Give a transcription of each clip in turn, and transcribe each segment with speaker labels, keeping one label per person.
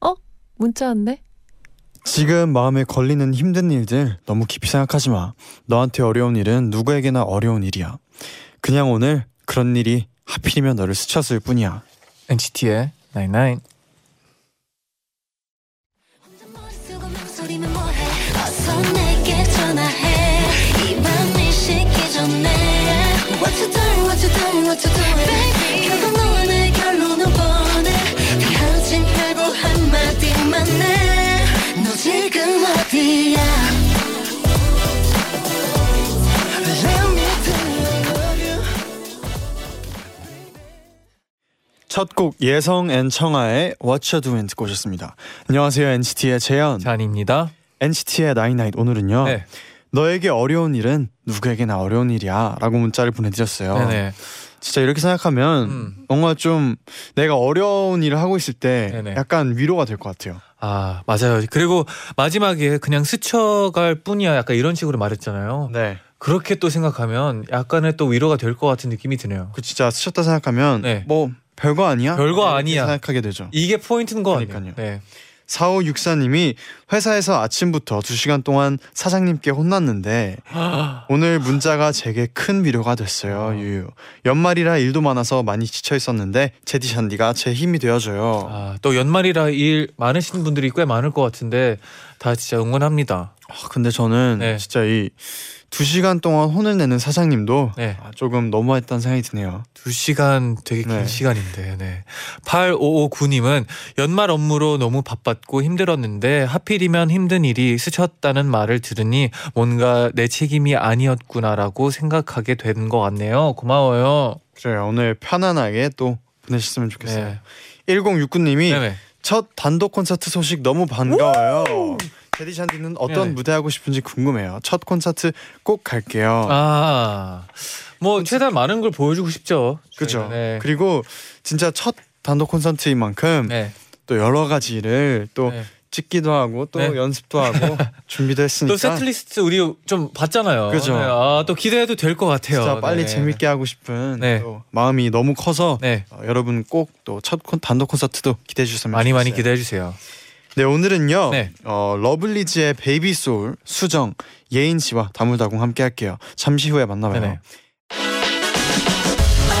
Speaker 1: 어? 문자 왔네?
Speaker 2: 지금 마음에 걸리는 힘든 일들 너무 깊이 생각하지 마. 너한테 어려운 일은 누구에게나 어려운 일이야. 그냥 오늘 그런 일이 하필이면 너를 스쳤을 뿐이야.
Speaker 3: NCT의 Night Night.
Speaker 4: 머리 쓰고 목소리는 뭐해 어서 내게 전화해 이밤 일시기 전에 What you doing what you doing what you doing Baby 결국 너와 내 결론은 뻔해 대하지 말고 한마디만 해너 지금 어디야 Let me tell you I love you
Speaker 2: 첫 곡 예성 앤 청아의 What You Doing 듣고 오셨습니다. 안녕하세요 NCT의 재현,
Speaker 3: 잔입니다.
Speaker 2: NCT의 나인나잇 오늘은요.
Speaker 3: 네.
Speaker 2: 너에게 어려운 일은 누구에게나 어려운 일이야라고 문자를 보내드렸어요.
Speaker 3: 네네.
Speaker 2: 진짜 이렇게 생각하면
Speaker 3: 음.
Speaker 2: 뭔가 좀 내가 어려운 일을 하고 있을 때
Speaker 3: 네네.
Speaker 2: 약간 위로가 될 것 같아요.
Speaker 3: 아 맞아요. 그리고 마지막에 그냥 스쳐갈 뿐이야. 약간 이런 식으로 말했잖아요.
Speaker 2: 네.
Speaker 3: 그렇게 또 생각하면 약간의 또 위로가 될 것 같은 느낌이 드네요.
Speaker 2: 그 진짜 스쳤다 생각하면
Speaker 3: 네.
Speaker 2: 뭐 별거 아니야?
Speaker 3: 별거
Speaker 2: 이렇게
Speaker 3: 아니야.
Speaker 2: 생각하게 되죠.
Speaker 3: 이게 포인트인 거 아니에요?
Speaker 2: 그러니까요.
Speaker 3: 네.
Speaker 2: 4564님이 회사에서 아침부터 2시간 동안 사장님께 혼났는데
Speaker 3: 아,
Speaker 2: 오늘 문자가 제게 큰 위로가 됐어요. 유유. 연말이라 일도 많아서 많이 지쳐 있었는데 제디 잔디가 제 힘이 되어줘요.
Speaker 3: 아, 또 연말이라 일 많으신 분들이 꽤 많을 것 같은데 다 진짜 응원합니다.
Speaker 2: 아, 근데 저는
Speaker 3: 네.
Speaker 2: 진짜 이 2시간 동안 혼을 내는 사장님도
Speaker 3: 네.
Speaker 2: 아, 조금 너무했다는 생각이 드네요.
Speaker 3: 두 시간 되게 긴
Speaker 2: 네.
Speaker 3: 시간인데. 네. 8559님은 연말 업무로 너무 바빴고 힘들었는데 하필이면 힘든 일이 스쳤다는 말을 들으니 뭔가 내 책임이 아니었구나라고 생각하게 된 것 같네요. 고마워요.
Speaker 2: 그래요. 오늘 편안하게 또 보내셨으면 좋겠어요.
Speaker 3: 네.
Speaker 2: 1069님이
Speaker 3: 네네.
Speaker 2: 첫 단독 콘서트 소식 너무 반가워요. 제디 샨디는 어떤
Speaker 3: 네네.
Speaker 2: 무대 하고 싶은지 궁금해요. 첫 콘서트 꼭 갈게요.
Speaker 3: 아. 뭐 최대한 많은 걸 보여주고 싶죠.
Speaker 2: 그죠?
Speaker 3: 저희가. 네.
Speaker 2: 그리고 진짜 첫 단독 콘서트인 만큼
Speaker 3: 네.
Speaker 2: 또 여러 가지를 또
Speaker 3: 네.
Speaker 2: 찍기도 하고 또
Speaker 3: 네.
Speaker 2: 연습도 하고 준비도 했으니까
Speaker 3: 또 세트리스트 우리 좀 봤잖아요.
Speaker 2: 그죠.
Speaker 3: 네. 아, 또 기대해도 될 것 같아요.
Speaker 2: 진짜 빨리
Speaker 3: 네.
Speaker 2: 재밌게 하고 싶은
Speaker 3: 네.
Speaker 2: 또 마음이 너무 커서
Speaker 3: 네.
Speaker 2: 어, 여러분 꼭 또 첫 단독 콘서트도 기대해 주셨으면
Speaker 3: 많이 많이
Speaker 2: 좋겠어요.
Speaker 3: 기대해 주세요.
Speaker 2: 네 오늘은요
Speaker 3: 네.
Speaker 2: 어, 러블리즈의 베이비 소울 수정 예인 씨와 다물다공 함께 할게요 잠시 후에 만나봐요
Speaker 3: 네네.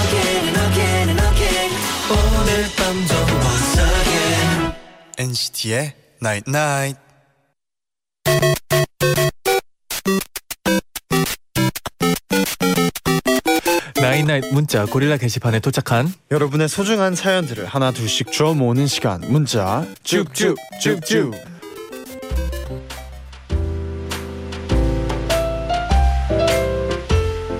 Speaker 5: Again and again and again 오늘 밤도 once again
Speaker 2: NCT의 나이트 나이트
Speaker 3: 나인나이 문자 고릴라 게시판에 도착한
Speaker 2: 여러분의 소중한 사연들을 하나 둘씩 주워 모으는 시간 문자 쭉쭉쭉쭉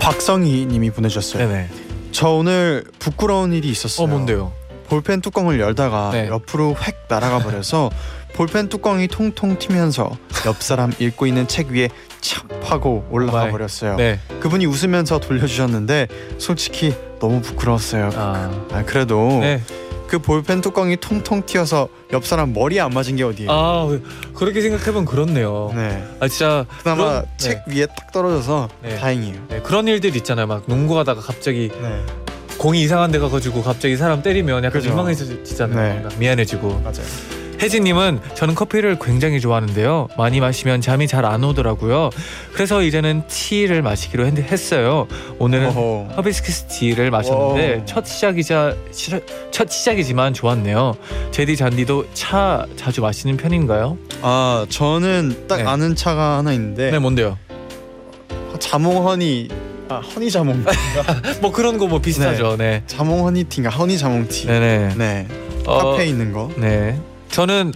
Speaker 2: 박성희 님이 보내주셨어요
Speaker 3: 네네.
Speaker 2: 저 오늘 부끄러운 일이 있었어요
Speaker 3: 어 뭔데요?
Speaker 2: 볼펜 뚜껑을 열다가
Speaker 3: 네.
Speaker 2: 옆으로 획 날아가 버려서 볼펜 뚜껑이 통통 튀면서 옆 사람 읽고 있는 책 위에 찹 하고 올라가
Speaker 3: 오마이.
Speaker 2: 버렸어요.
Speaker 3: 네.
Speaker 2: 그분이 웃으면서 돌려주셨는데 솔직히 너무 부끄러웠어요. 아,
Speaker 3: 아.
Speaker 2: 그래도
Speaker 3: 네.
Speaker 2: 그 볼펜 뚜껑이 통통 튀어서 옆 사람 머리에 안 맞은 게 어디예요?
Speaker 3: 아 그렇게 생각해보면 그렇네요.
Speaker 2: 네.
Speaker 3: 아 진짜
Speaker 2: 그나마
Speaker 3: 그런-
Speaker 2: 책 위에 딱 떨어져서
Speaker 3: 네.
Speaker 2: 다행이에요.
Speaker 3: 네, 그런 일들 있잖아요. 막 농구하다가 갑자기
Speaker 2: 네.
Speaker 3: 공이 이상한 데 가가지고 갑자기 사람 때리면 약간
Speaker 2: 그죠.
Speaker 3: 민망해지잖아요.
Speaker 2: 네.
Speaker 3: 막 미안해지고.
Speaker 2: 맞아요.
Speaker 3: 혜진님은 저는 커피를 굉장히 좋아하는데요. 많이 마시면 잠이 잘 안 오더라고요. 그래서 이제는 티를 마시기로 했, 했어요. 오늘은
Speaker 2: 어허.
Speaker 3: 허비스키스 티를 마셨는데
Speaker 2: 와우.
Speaker 3: 첫 시작이자 실- 첫 시작이지만 좋았네요. 제디 잔디도 차 자주 마시는 편인가요?
Speaker 2: 아 저는 딱
Speaker 3: 네.
Speaker 2: 아는 차가 하나 있는데
Speaker 3: 네, 뭔데요?
Speaker 2: 자몽 허니 아 허니 자몽
Speaker 3: 뭐 그런 거 뭐 비슷하죠. 네.
Speaker 2: 자몽 허니티인가 허니 자몽티 네,
Speaker 3: 네네. 어,
Speaker 2: 카페에 있는
Speaker 3: 네. 저는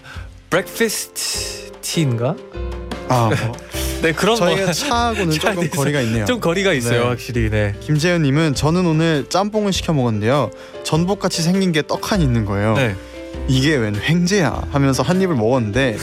Speaker 3: 브렉피스트 티인가?
Speaker 2: 거아 뭐.
Speaker 3: 네 그런
Speaker 2: 저희가
Speaker 3: 거.
Speaker 2: 차하고는
Speaker 3: 차에
Speaker 2: 조금
Speaker 3: 있어요.
Speaker 2: 거리가 있네요
Speaker 3: 좀 거리가 있어요
Speaker 2: 네.
Speaker 3: 확실히. 네.
Speaker 2: 김재현님은 저는 오늘 짬뽕을 시켜 먹었는데요 전복같이 생긴 게 떡하니 있는 거예요
Speaker 3: 네.
Speaker 2: 이게 웬 횡재야 하면서 한 입을 먹었는데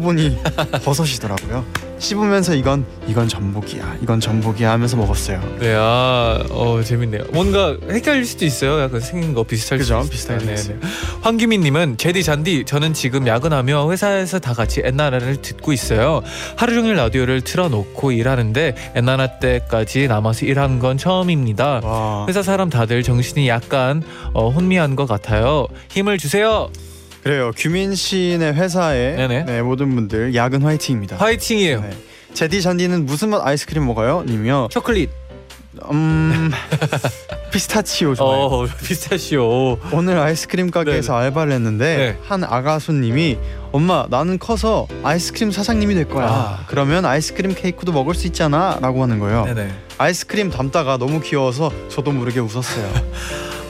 Speaker 2: 보니 버섯이더라고요. 씹으면서 이건 이건 전복이야 이건 전복이야 하면서 먹었어요.
Speaker 3: 네, 아, 어, 재밌네요. 뭔가 헷갈릴 수도 있어요. 약간 생긴 거 비슷할
Speaker 2: 그죠?
Speaker 3: 수도 있어요.
Speaker 2: 비슷하게
Speaker 3: 네,
Speaker 2: 생겼어요.
Speaker 3: 네. 황규민님은 제디 잔디 저는 지금 야근하며 회사에서 다 같이 엔나나를 듣고 있어요. 하루 종일 라디오를 틀어놓고 일하는데 엔나나 때까지 남아서 일한 건 처음입니다.
Speaker 2: 와
Speaker 3: 회사 사람 다들 정신이 약간 어, 혼미한 것 같아요. 힘을 주세요.
Speaker 2: 그래요. 규민 씨네 회사의
Speaker 3: 네네.
Speaker 2: 네, 모든 분들 야근 화이팅입니다.
Speaker 3: 화이팅이에요.
Speaker 2: 네. 제디 잔디는 무슨 맛 아이스크림 먹어요? 님이요.
Speaker 3: 초콜릿.
Speaker 2: 음 피스타치오 좋아해요. 어.
Speaker 3: 어, 피스타치오.
Speaker 2: 오늘 아이스크림 가게에서 알바를 했는데
Speaker 3: 네.
Speaker 2: 한 아가 손님이 엄마 나는 커서 아이스크림 사장님이 될 거야
Speaker 3: 아. 그러면
Speaker 2: 그러면 아이스크림 케이크도 먹을 수 있잖아 라고 하는 거예요
Speaker 3: 네네.
Speaker 2: 아이스크림 담다가 너무 귀여워서 저도 모르게 웃었어요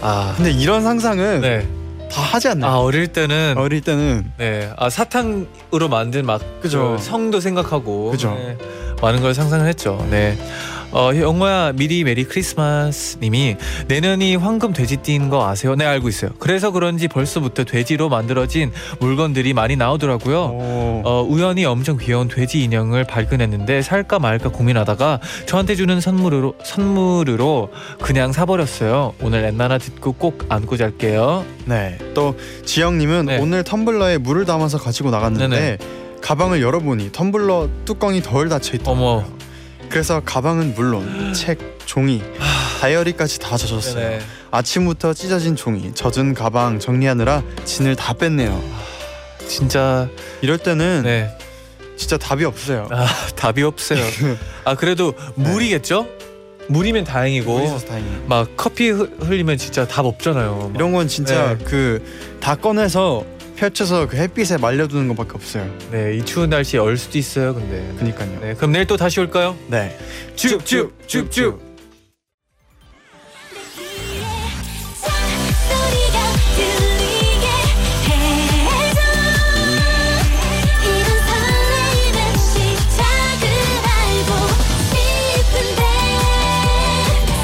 Speaker 3: 아,
Speaker 2: 근데 이런 상상은
Speaker 3: 네.
Speaker 2: 다 하지
Speaker 3: 아
Speaker 2: 않나요?
Speaker 3: 어릴 때는
Speaker 2: 어릴 때는
Speaker 3: 네, 아 사탕으로 만든 막
Speaker 2: 그죠.
Speaker 3: 그 성도 생각하고
Speaker 2: 그죠.
Speaker 3: 네, 많은 걸 상상을 했죠. 네. 어, 영호야 미리 메리 크리스마스님이 내년이 황금 돼지띠인 거 아세요? 네 알고 있어요. 그래서 그런지 벌써부터 돼지로 만들어진 물건들이 많이 나오더라고요.
Speaker 2: 오.
Speaker 3: 어, 우연히 엄청 귀여운 돼지 인형을 발견했는데 살까 말까 고민하다가 저한테 주는 선물으로 선물으로 그냥 사버렸어요. 오늘 엔나나 듣고 꼭 안고 잘게요.
Speaker 2: 네. 또 지영님은
Speaker 3: 네.
Speaker 2: 오늘 텀블러에 물을 담아서 가지고 나갔는데
Speaker 3: 네네.
Speaker 2: 가방을 열어보니 텀블러 뚜껑이 덜 닫혀
Speaker 3: 어머.
Speaker 2: 있더라고요. 그래서 가방은 물론 책, 종이, 다이어리까지 다 젖었어요.
Speaker 3: 네네.
Speaker 2: 아침부터 찢어진 종이, 젖은 가방 정리하느라 진을 다 뺐네요.
Speaker 3: 진짜
Speaker 2: 이럴 때는
Speaker 3: 네.
Speaker 2: 진짜 답이 없어요.
Speaker 3: 아 답이 없어요. 아 그래도 물이겠죠? 물이면 다행이고
Speaker 2: 있어서 뭐 다행이에요.
Speaker 3: 막 커피 흐- 흘리면 진짜 답 없잖아요. 막.
Speaker 2: 이런 건 진짜
Speaker 3: 네.
Speaker 2: 그 다 꺼내서 펼쳐서 그 햇빛에 말려두는 것밖에 없어요.
Speaker 3: 네, 이 추운 날씨에 얼 수도 있어요. 근데.
Speaker 2: 그니까요.
Speaker 3: 네, 그럼 내일 또 다시 올까요?
Speaker 2: 네.
Speaker 3: 쭉쭉쭉쭉.
Speaker 4: 소리가 들리게 해줘 이런 설레는 시작을 알고 싶은데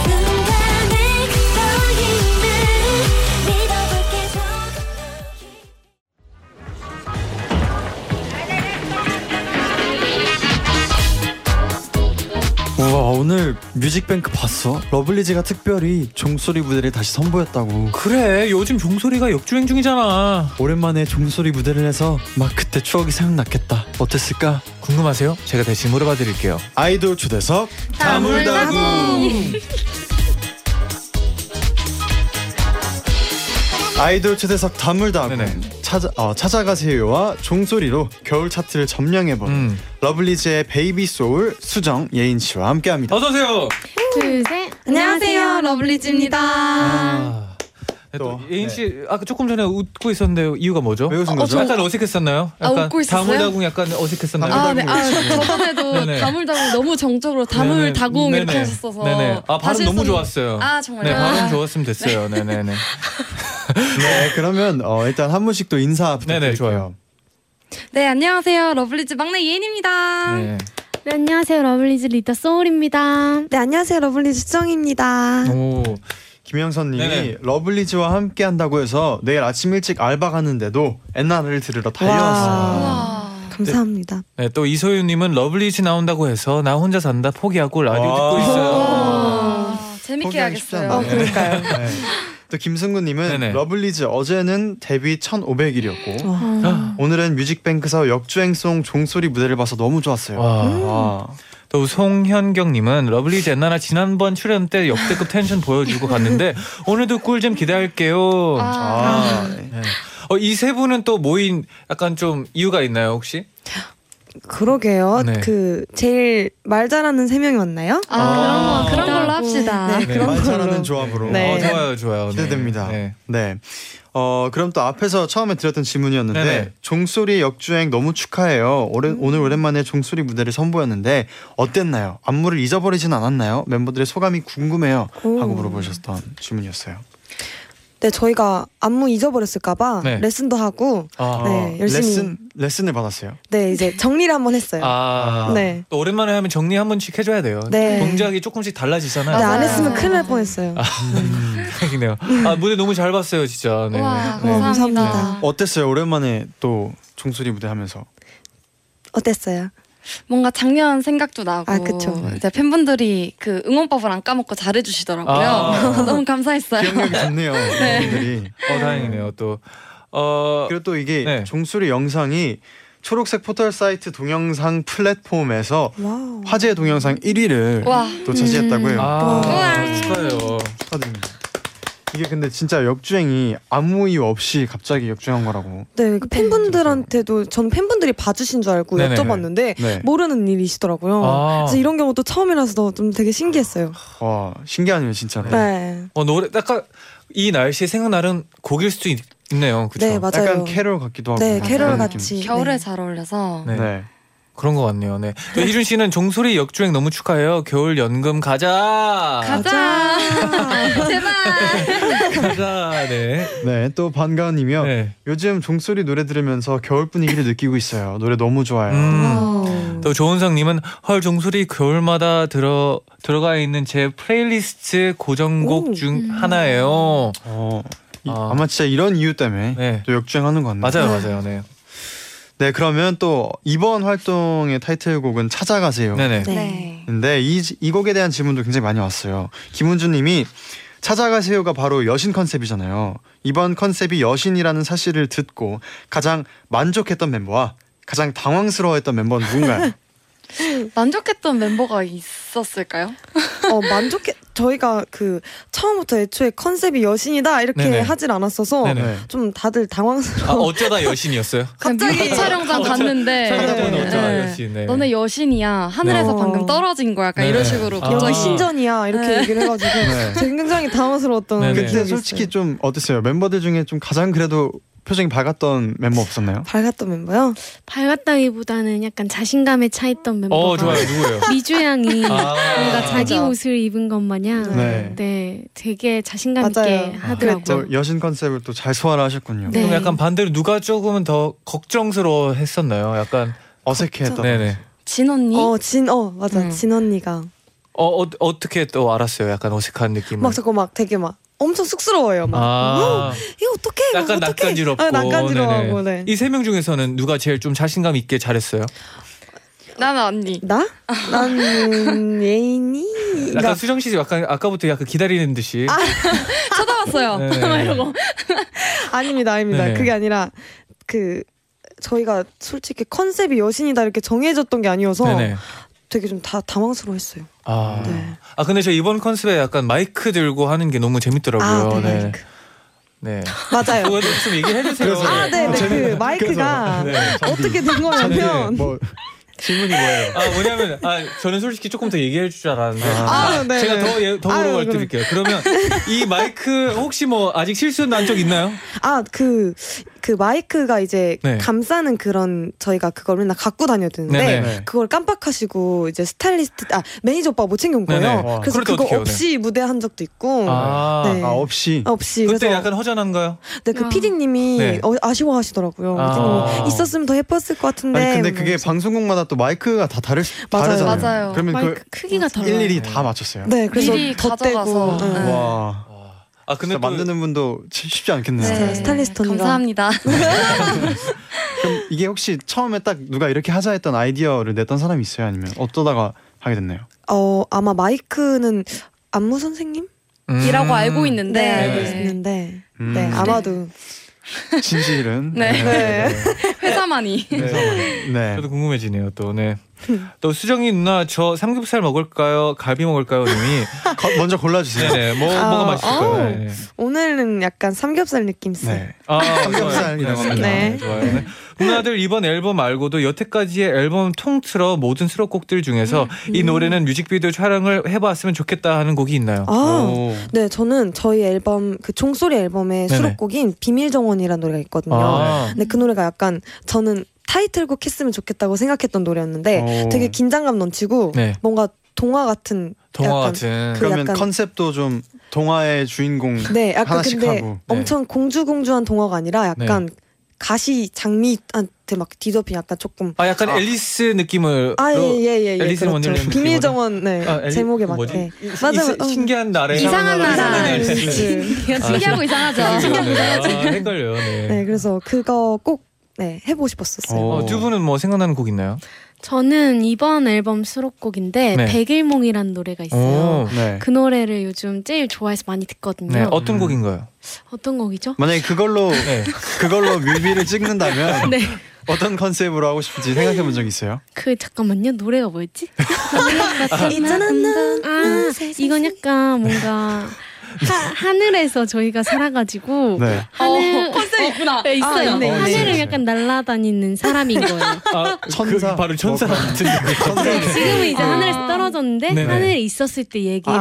Speaker 4: 순간의 그 떨림을 믿어볼게 조금 더
Speaker 2: 우와 오늘 뮤직뱅크 봤어? 러블리즈가 특별히 종소리 무대를 다시 선보였다고.
Speaker 3: 그래, 요즘 종소리가 역주행 중이잖아.
Speaker 2: 오랜만에 종소리 무대를 해서 막 그때 추억이 생각났겠다. 어땠을까?
Speaker 3: 궁금하세요? 제가 대신 물어봐 드릴게요.
Speaker 2: 아이돌 초대석 다물다구 아이돌 초대석 다물다구
Speaker 3: 네네.
Speaker 2: 찾아 어, 찾아가세요와 종소리로 겨울 차트를 점령해본
Speaker 3: 음.
Speaker 2: 러블리즈의 베이비 소울 수정 예인 씨와 함께합니다.
Speaker 3: 어서 오세요.
Speaker 6: 둘, 셋. 안녕하세요. 러블리즈입니다.
Speaker 3: 아. 네, 또
Speaker 2: 또,
Speaker 3: 예인
Speaker 2: 네.
Speaker 3: 씨 아까 그 조금 전에 웃고 있었는데 이유가 뭐죠? 아,
Speaker 2: 왜 웃은 거죠?
Speaker 3: 약간 어색했었나요?
Speaker 6: 아, 웃고 있었어요?
Speaker 3: 다물다궁 약간 어색했었나요?
Speaker 2: 다물다궁.
Speaker 6: 아, 네.
Speaker 3: 네네.
Speaker 6: 아, 저번에도 다물다물 너무 정적으로 다물다궁
Speaker 3: 네네.
Speaker 6: 이렇게 하셨어서.
Speaker 3: 네네. 아
Speaker 6: 다시
Speaker 3: 발음 너무
Speaker 6: 했었는데.
Speaker 3: 좋았어요.
Speaker 6: 아, 정말요?
Speaker 3: 네 발음
Speaker 6: 아.
Speaker 3: 좋았으면 됐어요. 네네네.
Speaker 2: 네 그러면 어, 일단 한 분씩 또 인사 부탁드릴게요.
Speaker 3: 네네, 좋아요.
Speaker 6: 네, 안녕하세요. 러블리즈 막내 예인입니다.
Speaker 3: 네.
Speaker 7: 네, 안녕하세요. 러블리즈 리더 소울입니다.
Speaker 8: 네, 안녕하세요. 러블리 수정입니다.
Speaker 3: 오.
Speaker 2: 김영선님이
Speaker 3: 네네.
Speaker 2: 러블리즈와 함께한다고 해서 내일 아침 일찍 알바 가는데도 엔나를 들으러 달려왔어요.
Speaker 6: 와.
Speaker 8: 감사합니다.
Speaker 3: 네, 또 이소윤님은 러블리즈 나온다고 해서 나 혼자 산다 포기하고 라디오
Speaker 2: 와.
Speaker 3: 듣고 있어요.
Speaker 6: 와. 재밌게
Speaker 2: 포기하기 쉽지
Speaker 6: 하겠어요.
Speaker 2: 않네요.
Speaker 8: 어, 그러니까요.
Speaker 2: 네. 또 김승구님은
Speaker 3: 네네.
Speaker 2: 러블리즈 어제는 데뷔 1,500일이었고
Speaker 8: 와.
Speaker 6: 아.
Speaker 2: 오늘은 뮤직뱅크에서 역주행송 종소리 무대를 봐서 너무 좋았어요.
Speaker 3: 아.
Speaker 2: 음. 아.
Speaker 3: 와.
Speaker 2: 와.
Speaker 3: 또 송현경님은 러블리즈 옛날에 지난번 출연 때 역대급 텐션 보여주고 갔는데 오늘도 꿀 좀 기대할게요.
Speaker 2: 아.
Speaker 3: 어, 이 세 분은 또 모인 약간 좀 이유가 있나요 혹시?
Speaker 8: 그러게요.
Speaker 3: 네.
Speaker 8: 그 제일 말 잘하는 세 명이 왔나요?
Speaker 6: 아,
Speaker 3: 아.
Speaker 6: 그런, 거, 그런 걸로 합시다.
Speaker 8: 네, 그런
Speaker 2: 말 잘하는
Speaker 8: 걸로.
Speaker 2: 조합으로
Speaker 8: 네.
Speaker 3: 어, 좋아요, 좋아요. 네.
Speaker 2: 기대됩니다.
Speaker 3: 네.
Speaker 2: 네. 어 그럼 또 앞에서 처음에 드렸던 질문이었는데
Speaker 3: 네네.
Speaker 2: 종소리 역주행 너무 축하해요. 오래,
Speaker 8: 음.
Speaker 2: 오늘 오랜만에 종소리 무대를 선보였는데 어땠나요? 안무를 잊어버리진 않았나요? 멤버들의 소감이 궁금해요.
Speaker 8: 오.
Speaker 2: 하고 물어보셨던 질문이었어요.
Speaker 8: 네 저희가 안무 잊어버렸을까봐
Speaker 3: 네.
Speaker 8: 레슨도 하고
Speaker 3: 아,
Speaker 8: 네 열심히
Speaker 2: 레슨 레슨을 받았어요.
Speaker 8: 네 이제 정리를 한번 했어요.
Speaker 3: 아,
Speaker 8: 네.
Speaker 3: 또 오랜만에 하면 정리 한 번씩 해줘야 돼요.
Speaker 8: 네.
Speaker 3: 동작이 조금씩 달라지잖아요.
Speaker 8: 네, 안
Speaker 6: 맞아요.
Speaker 8: 했으면 큰일 날 뻔했어요.
Speaker 3: 아. 다행이네요. 아 무대 너무 잘 봤어요, 진짜. 네.
Speaker 6: 와
Speaker 3: 네.
Speaker 6: 감사합니다.
Speaker 8: 감사합니다.
Speaker 2: 어땠어요? 오랜만에 또 종소리 무대 하면서
Speaker 8: 어땠어요?
Speaker 6: 뭔가 작년 생각도 나고
Speaker 8: 아, 그쵸.
Speaker 6: 이제 팬분들이 그 응원법을 안 까먹고 잘해주시더라고요.
Speaker 3: 아.
Speaker 6: 너무 감사했어요.
Speaker 2: 기억력이 좋네요. 분들이
Speaker 3: 어 다행이네요. 또 어.
Speaker 2: 그리고 또 이게
Speaker 3: 네.
Speaker 2: 종소리 영상이 초록색 포털 사이트 동영상 플랫폼에서
Speaker 8: 와우.
Speaker 2: 화제 동영상 1위를
Speaker 6: 와.
Speaker 2: 또 차지했다고 해요.
Speaker 3: 아,
Speaker 6: 우와.
Speaker 3: 축하해요.
Speaker 2: 축하드립니다. 이게 근데 진짜 역주행이 아무 이유 없이 갑자기 역주행한 거라고.
Speaker 8: 네, 그 팬분들한테도 저는 팬분들이 봐주신 줄 알고
Speaker 3: 네네네.
Speaker 8: 여쭤봤는데
Speaker 2: 네.
Speaker 8: 모르는 일이시더라고요.
Speaker 3: 아.
Speaker 8: 그래서 이런 경우도 처음이라서 좀 되게 신기했어요.
Speaker 2: 와 신기하네요 진짜로.
Speaker 8: 네,
Speaker 3: 어 노래 약간 이 날씨 생각나는 곡일 수도 있, 네요 그렇죠.
Speaker 8: 네 맞아요.
Speaker 2: 약간 캐롤 같기도 하고.
Speaker 8: 네, 캐롤
Speaker 2: 그런
Speaker 8: 같이
Speaker 6: 겨울에
Speaker 8: 네.
Speaker 6: 잘 어울려서
Speaker 3: 네.
Speaker 2: 느낌. 네.
Speaker 3: 그런 것 같네요. 네. 또 희준 씨는 종소리 역주행 너무 축하해요. 겨울 연금 가자.
Speaker 6: 가자 제발
Speaker 3: 가자. 네.
Speaker 2: 네, 또 반가운이며
Speaker 3: 네.
Speaker 2: 요즘 종소리 노래 들으면서 겨울 분위기를 느끼고 있어요. 노래 너무 좋아요.
Speaker 3: 음.
Speaker 8: 와우.
Speaker 3: 또 조은성님은 헐 종소리 겨울마다 들어 들어가 있는 제 플레이리스트 고정곡
Speaker 8: 오.
Speaker 3: 중 하나예요.
Speaker 2: 어, 이-
Speaker 3: 아.
Speaker 2: 아마 진짜 이런 이유 때문에
Speaker 3: 네.
Speaker 2: 또 역주행하는 것 같네요.
Speaker 3: 맞아요, 맞아요. 네.
Speaker 2: 네, 그러면 또 이번 활동의 타이틀곡은 찾아가세요.
Speaker 3: 네네.
Speaker 8: 네.
Speaker 6: 네.
Speaker 2: 근데 이, 이 곡에 대한 질문도 굉장히 많이 왔어요. 김은주님이 찾아가세요가 바로 여신 컨셉이잖아요. 이번 컨셉이 여신이라는 사실을 듣고 가장 만족했던 멤버와 가장 당황스러워했던 멤버는 누군가요?
Speaker 6: 네. 만족했던 멤버가 있었을까요?
Speaker 8: 어 만족해 저희가 그 처음부터 애초에 컨셉이 여신이다 이렇게
Speaker 3: 네네.
Speaker 8: 하질 않았어서
Speaker 3: 네네.
Speaker 8: 좀 다들 당황스러워.
Speaker 3: 아 어쩌다 여신이었어요?
Speaker 6: 갑자기 촬영장 갔는데
Speaker 3: 찾아보는
Speaker 8: 네.
Speaker 3: 어쩌다
Speaker 6: 네.
Speaker 3: 여신. 네.
Speaker 6: 너네 여신이야 하늘에서
Speaker 8: 네.
Speaker 6: 방금 떨어진 거야 약간
Speaker 3: 네.
Speaker 6: 이런 식으로
Speaker 3: 아.
Speaker 8: 여기
Speaker 6: 갑자기
Speaker 8: 신전이야 이렇게
Speaker 6: 네.
Speaker 8: 얘기를 해가지고
Speaker 2: 네.
Speaker 8: 제가 굉장히 당황스러웠던
Speaker 3: 네네.
Speaker 8: 기억이
Speaker 2: 그때
Speaker 8: 있어요.
Speaker 2: 솔직히 좀 어땠어요? 멤버들 중에 좀 가장 그래도 표정이 밝았던 멤버 없었나요?
Speaker 8: 밝았던 멤버요.
Speaker 7: 밝았다기보다는 약간 자신감에 차 있던 멤버가
Speaker 3: 어 좋아요. 누구예요?
Speaker 7: 미주 양이
Speaker 3: 아.
Speaker 7: 뭔가 자기
Speaker 8: 맞아.
Speaker 7: 옷을 입은 것 마냥
Speaker 2: 네.
Speaker 7: 네, 되게 자신감
Speaker 8: 맞아요.
Speaker 7: 있게 하더라고요.
Speaker 2: 또 여신 컨셉을 또 잘 소화를 하셨군요.
Speaker 7: 네.
Speaker 3: 그럼 약간 반대로 누가 조금은 더 걱정스러워 했었나요? 약간
Speaker 2: 어색해했던.
Speaker 3: 네네.
Speaker 6: 진 언니
Speaker 8: 어진어 맞아
Speaker 6: 음.
Speaker 8: 진 언니가
Speaker 3: 어, 어 어떻게 또 알았어요? 약간 어색한 느낌.
Speaker 8: 막 자꾸 막 되게 막 엄청 쑥스러워요. 막
Speaker 3: 아,
Speaker 8: 이거 어떡해? 이거
Speaker 3: 약간
Speaker 8: 어떡해?
Speaker 3: 낯간지럽고.
Speaker 8: 아, 낯간지러워하고 네.
Speaker 3: 이 세 명 중에서는 누가 제일 좀 자신감 있게 잘했어요?
Speaker 6: 나는 언니
Speaker 8: 나?
Speaker 7: 아.
Speaker 8: 난 예인이.
Speaker 3: 약간
Speaker 8: 그러니까
Speaker 3: 수정 씨 약간 아까부터 약간 기다리는 듯이.
Speaker 8: 아,
Speaker 7: 아.
Speaker 6: 쳐다봤어요
Speaker 3: 네.
Speaker 6: 막 이러고
Speaker 8: 아닙니다, 아닙니다.
Speaker 3: 네네.
Speaker 8: 그게 아니라 그 저희가 솔직히 컨셉이 여신이다 이렇게 정해졌던 게 아니어서
Speaker 3: 네네.
Speaker 8: 되게 좀 다 당황스러워했어요.
Speaker 3: 아.
Speaker 8: 네.
Speaker 3: 아 근데 저 이번 컨셉에 약간 마이크 들고 하는 게 너무 재밌더라고요.
Speaker 8: 아, 네.
Speaker 3: 네.
Speaker 8: 마이크.
Speaker 3: 네.
Speaker 8: 맞아요.
Speaker 3: 그거 좀 얘기해 주세요.
Speaker 2: 그래서-
Speaker 8: 아, 네, 네. 그 마이크가
Speaker 2: 네, 잔디.
Speaker 8: 어떻게 된
Speaker 2: 잔디의
Speaker 8: 거냐면
Speaker 2: 뭐 질문이 뭐예요?
Speaker 3: 아 뭐냐면 아 저는 솔직히 조금 더 얘기해 줄 줄 알았는데
Speaker 8: 아, 네,
Speaker 3: 제가
Speaker 8: 네.
Speaker 3: 더 예- 더
Speaker 8: 아유,
Speaker 3: 물어볼
Speaker 8: 그럼.
Speaker 3: 드릴게요. 그러면 이 마이크 혹시 뭐 아직 실수 난 적 있나요?
Speaker 8: 아 그 그 마이크가 이제
Speaker 3: 네.
Speaker 8: 감싸는 그런 저희가 그걸 맨날 갖고 다녔는데
Speaker 3: 네네.
Speaker 8: 그걸 깜빡하시고 이제 스타일리스트 아 매니저 오빠 못 챙겨온 거예요.
Speaker 3: 네네.
Speaker 2: 와.
Speaker 8: 그래서
Speaker 3: 그럴 때
Speaker 8: 그거
Speaker 3: 어떡해요, 네.
Speaker 8: 없이 무대 한 적도 있고
Speaker 3: 아,
Speaker 8: 네.
Speaker 2: 아 없이.
Speaker 8: 없이
Speaker 3: 그때
Speaker 8: 그래서
Speaker 3: 약간 허전한가요?
Speaker 8: 네, 그
Speaker 6: 아.
Speaker 8: PD님이 어,
Speaker 3: 네.
Speaker 8: 아쉬워하시더라고요.
Speaker 3: 아.
Speaker 8: 그래서 뭐 있었으면 더 예뻤을 것 같은데.
Speaker 2: 아니 근데 그게
Speaker 8: 네, 뭐 이러면서.
Speaker 2: 방송국마다 또 마이크가 다 다를 수-
Speaker 8: 맞아요.
Speaker 2: 다르잖아요.
Speaker 6: 맞아요.
Speaker 2: 그러면
Speaker 7: 마이크
Speaker 2: 그
Speaker 7: 크기가 달라요.
Speaker 2: 일일이 다 맞췄어요.
Speaker 8: 네 그래서
Speaker 6: 미리
Speaker 8: 더 떼고
Speaker 6: 가져가서.
Speaker 8: 네.
Speaker 6: 네.
Speaker 2: 와.
Speaker 3: 아 근데
Speaker 2: 진짜
Speaker 3: 또
Speaker 2: 만드는 분도 치- 쉽지 않겠네요.
Speaker 8: 네. 스타일리스트 언니가.
Speaker 6: 감사합니다
Speaker 2: 그럼 이게 혹시 처음에 딱 누가 이렇게 하자 했던 아이디어를 냈던 사람이 있어요? 아니면 어쩌다가 하게 됐나요?
Speaker 8: 어 아마 마이크는 안무 선생님
Speaker 3: 음.
Speaker 6: 이라고 알고 있는데
Speaker 8: 네 알고
Speaker 3: 네.
Speaker 8: 있는데
Speaker 2: 음.
Speaker 8: 네 아마도
Speaker 2: 진실은
Speaker 6: 네.
Speaker 2: 네.
Speaker 6: 회사만이
Speaker 3: 네.
Speaker 2: 네.
Speaker 3: 저도 궁금해지네요. 또 네. 또 수정이 누나 저 삼겹살 먹을까요? 갈비 먹을까요? 님이
Speaker 2: 거- 먼저 골라주세요.
Speaker 3: 그- 네네. 뭐
Speaker 8: 아,
Speaker 3: 뭐가 맛있을까요?
Speaker 8: 어우.
Speaker 3: 네.
Speaker 8: 오늘은 약간 삼겹살 느낌 쓰.
Speaker 2: 네.
Speaker 3: 아,
Speaker 2: 삼겹살이라고
Speaker 3: 좋아요.
Speaker 2: 합니다.
Speaker 3: 네.
Speaker 8: 네.
Speaker 3: 좋아요. 네. 누나들 이번 앨범 말고도 여태까지의 앨범 통틀어 모든 수록곡들 중에서 이 노래는 뮤직비디오 촬영을 해봤으면 좋겠다 하는 곡이 있나요?
Speaker 8: 아.
Speaker 2: 오.
Speaker 8: 네, 저는 저희 앨범 그 종소리 앨범의
Speaker 3: 네네.
Speaker 8: 수록곡인 비밀 정원이라는 노래가 있거든요.
Speaker 3: 아.
Speaker 8: 근데 그 노래가 약간 저는 타이틀곡 했으면 좋겠다고 생각했던 노래였는데
Speaker 2: 오.
Speaker 8: 네. 되게 긴장감 넘치고
Speaker 3: 어. 네.
Speaker 8: 뭔가 동화 같은
Speaker 3: 동화
Speaker 8: 약간
Speaker 3: 같은.
Speaker 8: 그
Speaker 2: 그러면
Speaker 8: 약간-
Speaker 2: 컨셉도 좀 동화의 주인공
Speaker 8: 네, 약간
Speaker 2: 하나씩
Speaker 8: 근데
Speaker 2: 하고.
Speaker 3: 네.
Speaker 8: 엄청 공주 공주한 동화가 아니라 약간 가시 장미한테 막 뒤덮인 약간 조금
Speaker 3: 아 약간
Speaker 2: 아.
Speaker 3: 앨리스 느낌을
Speaker 8: 아 예 예예 예,
Speaker 3: 앨리스
Speaker 8: 그렇죠.
Speaker 3: 원딜랜드
Speaker 8: 비밀
Speaker 3: 그거는-
Speaker 8: 정원 네
Speaker 3: 아, 앨리-
Speaker 8: 제목에
Speaker 3: 뭐지?
Speaker 8: 맞게
Speaker 3: 맞아
Speaker 8: 맞아요. 어.
Speaker 3: 신기한 나라
Speaker 6: 이상한 나라.
Speaker 3: 네, 네, 네.
Speaker 6: 신기하고 이상하죠.
Speaker 3: 아, 헷갈려요. 네.
Speaker 8: 네 그래서 그거 꼭 네 해보고 싶었었어요.
Speaker 2: 어.
Speaker 3: 어, 두 분은 뭐 생각나는 곡 있나요?
Speaker 7: 저는 이번 앨범 수록곡인데
Speaker 3: 네.
Speaker 7: 백일몽이라는 노래가
Speaker 3: 오,
Speaker 7: 있어요.
Speaker 2: 네.
Speaker 7: 그 노래를 요즘 제일 좋아해서 많이 듣거든요.
Speaker 3: 네. 어떤
Speaker 2: 음.
Speaker 3: 곡인가요?
Speaker 7: 어떤 곡이죠?
Speaker 2: 만약에 그걸로
Speaker 3: 네.
Speaker 2: 그걸로 뮤비를 찍는다면
Speaker 7: 네.
Speaker 2: 어떤 컨셉으로 하고 싶은지 생각해 본 적 있어요?
Speaker 7: 그 잠깐만요. 노래가 뭐였지?
Speaker 8: 있잖아 음, 난
Speaker 7: 아, 이건 약간 뭔가 하, 하늘에서 저희가 살아가지고
Speaker 2: 네.
Speaker 7: 하늘
Speaker 6: 컨셉 있구나.
Speaker 7: 네, 있어요.
Speaker 8: 어, 아, 있네, 있네.
Speaker 7: 하늘을
Speaker 3: 있어요.
Speaker 7: 약간 날아다니는 사람인 거예요.
Speaker 3: 아,
Speaker 2: 천사.
Speaker 3: 그 바로 천사
Speaker 2: 뭐,
Speaker 3: 같은
Speaker 8: 네.
Speaker 2: 천사.
Speaker 7: 지금은 이제
Speaker 6: 아.
Speaker 7: 하늘에서 떨어졌는데
Speaker 3: 네네.
Speaker 7: 하늘에 있었을 때 얘기를
Speaker 3: 아,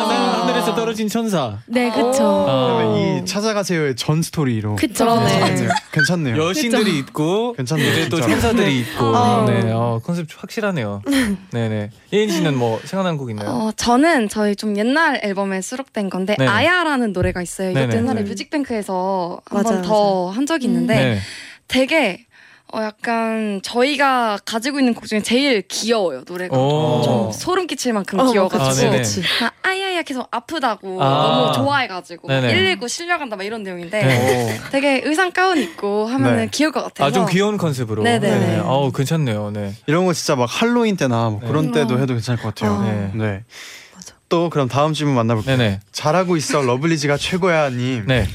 Speaker 7: 이제
Speaker 3: 하늘,
Speaker 7: 여기로.
Speaker 3: 하늘에서 떨어진 천사.
Speaker 7: 네,
Speaker 3: 아.
Speaker 7: 그쵸.
Speaker 2: 그러면 이 찾아가세요의 전 스토리로
Speaker 7: 그쵸.
Speaker 8: 어. 그러네.
Speaker 7: 그쵸.
Speaker 2: 괜찮네요. 괜찮네요.
Speaker 3: 여신들이 있고
Speaker 2: 예. 괜찮네요,
Speaker 3: 이제 또
Speaker 2: 진짜로.
Speaker 3: 천사들이 있고.
Speaker 8: 아.
Speaker 3: 네. 어, 컨셉 확실하네요. 네, 네. 예인 씨는 뭐 생각나는 곡 있나요?
Speaker 6: 어, 저는 저희 좀 옛날 앨범에 수록된 건데
Speaker 3: 네네.
Speaker 6: 아야라는 노래가 있어요. 이것도
Speaker 3: 네네.
Speaker 6: 옛날에
Speaker 8: 음.
Speaker 6: 뮤직뱅크에서 한
Speaker 8: 맞아요,
Speaker 6: 번 더 한 적이
Speaker 7: 음.
Speaker 6: 있는데
Speaker 3: 네.
Speaker 6: 되게 어, 약간 저희가 가지고 있는 곡 중에 제일 귀여워요
Speaker 8: 네.
Speaker 6: 노래가.
Speaker 3: 오.
Speaker 6: 좀 소름 끼칠 만큼
Speaker 8: 어,
Speaker 3: 아,
Speaker 6: 귀여워가지고
Speaker 3: 네네.
Speaker 8: 그치.
Speaker 6: 아, 아야야 계속 아프다고
Speaker 3: 아.
Speaker 6: 너무 좋아해가지고
Speaker 3: 네네.
Speaker 6: 119 실려간다 막 이런 내용인데
Speaker 3: 네.
Speaker 6: 되게 의상 가운 입고 하면은
Speaker 2: 네.
Speaker 6: 귀여울 것 같아서
Speaker 3: 아, 좀 귀여운 컨셉으로.
Speaker 6: 네네.
Speaker 3: 어우, 괜찮네요. 네.
Speaker 2: 이런 거 진짜 막 할로윈 때나 뭐
Speaker 3: 네.
Speaker 2: 그런 때도
Speaker 7: 음.
Speaker 2: 해도 괜찮을 것 같아요.
Speaker 8: 아.
Speaker 3: 네.
Speaker 2: 네.
Speaker 8: 맞아.
Speaker 2: 또 그럼 다음 질문 만나볼게요.
Speaker 3: 네네.
Speaker 2: 잘하고 있어 러블리즈가 최고야 님.
Speaker 3: 네.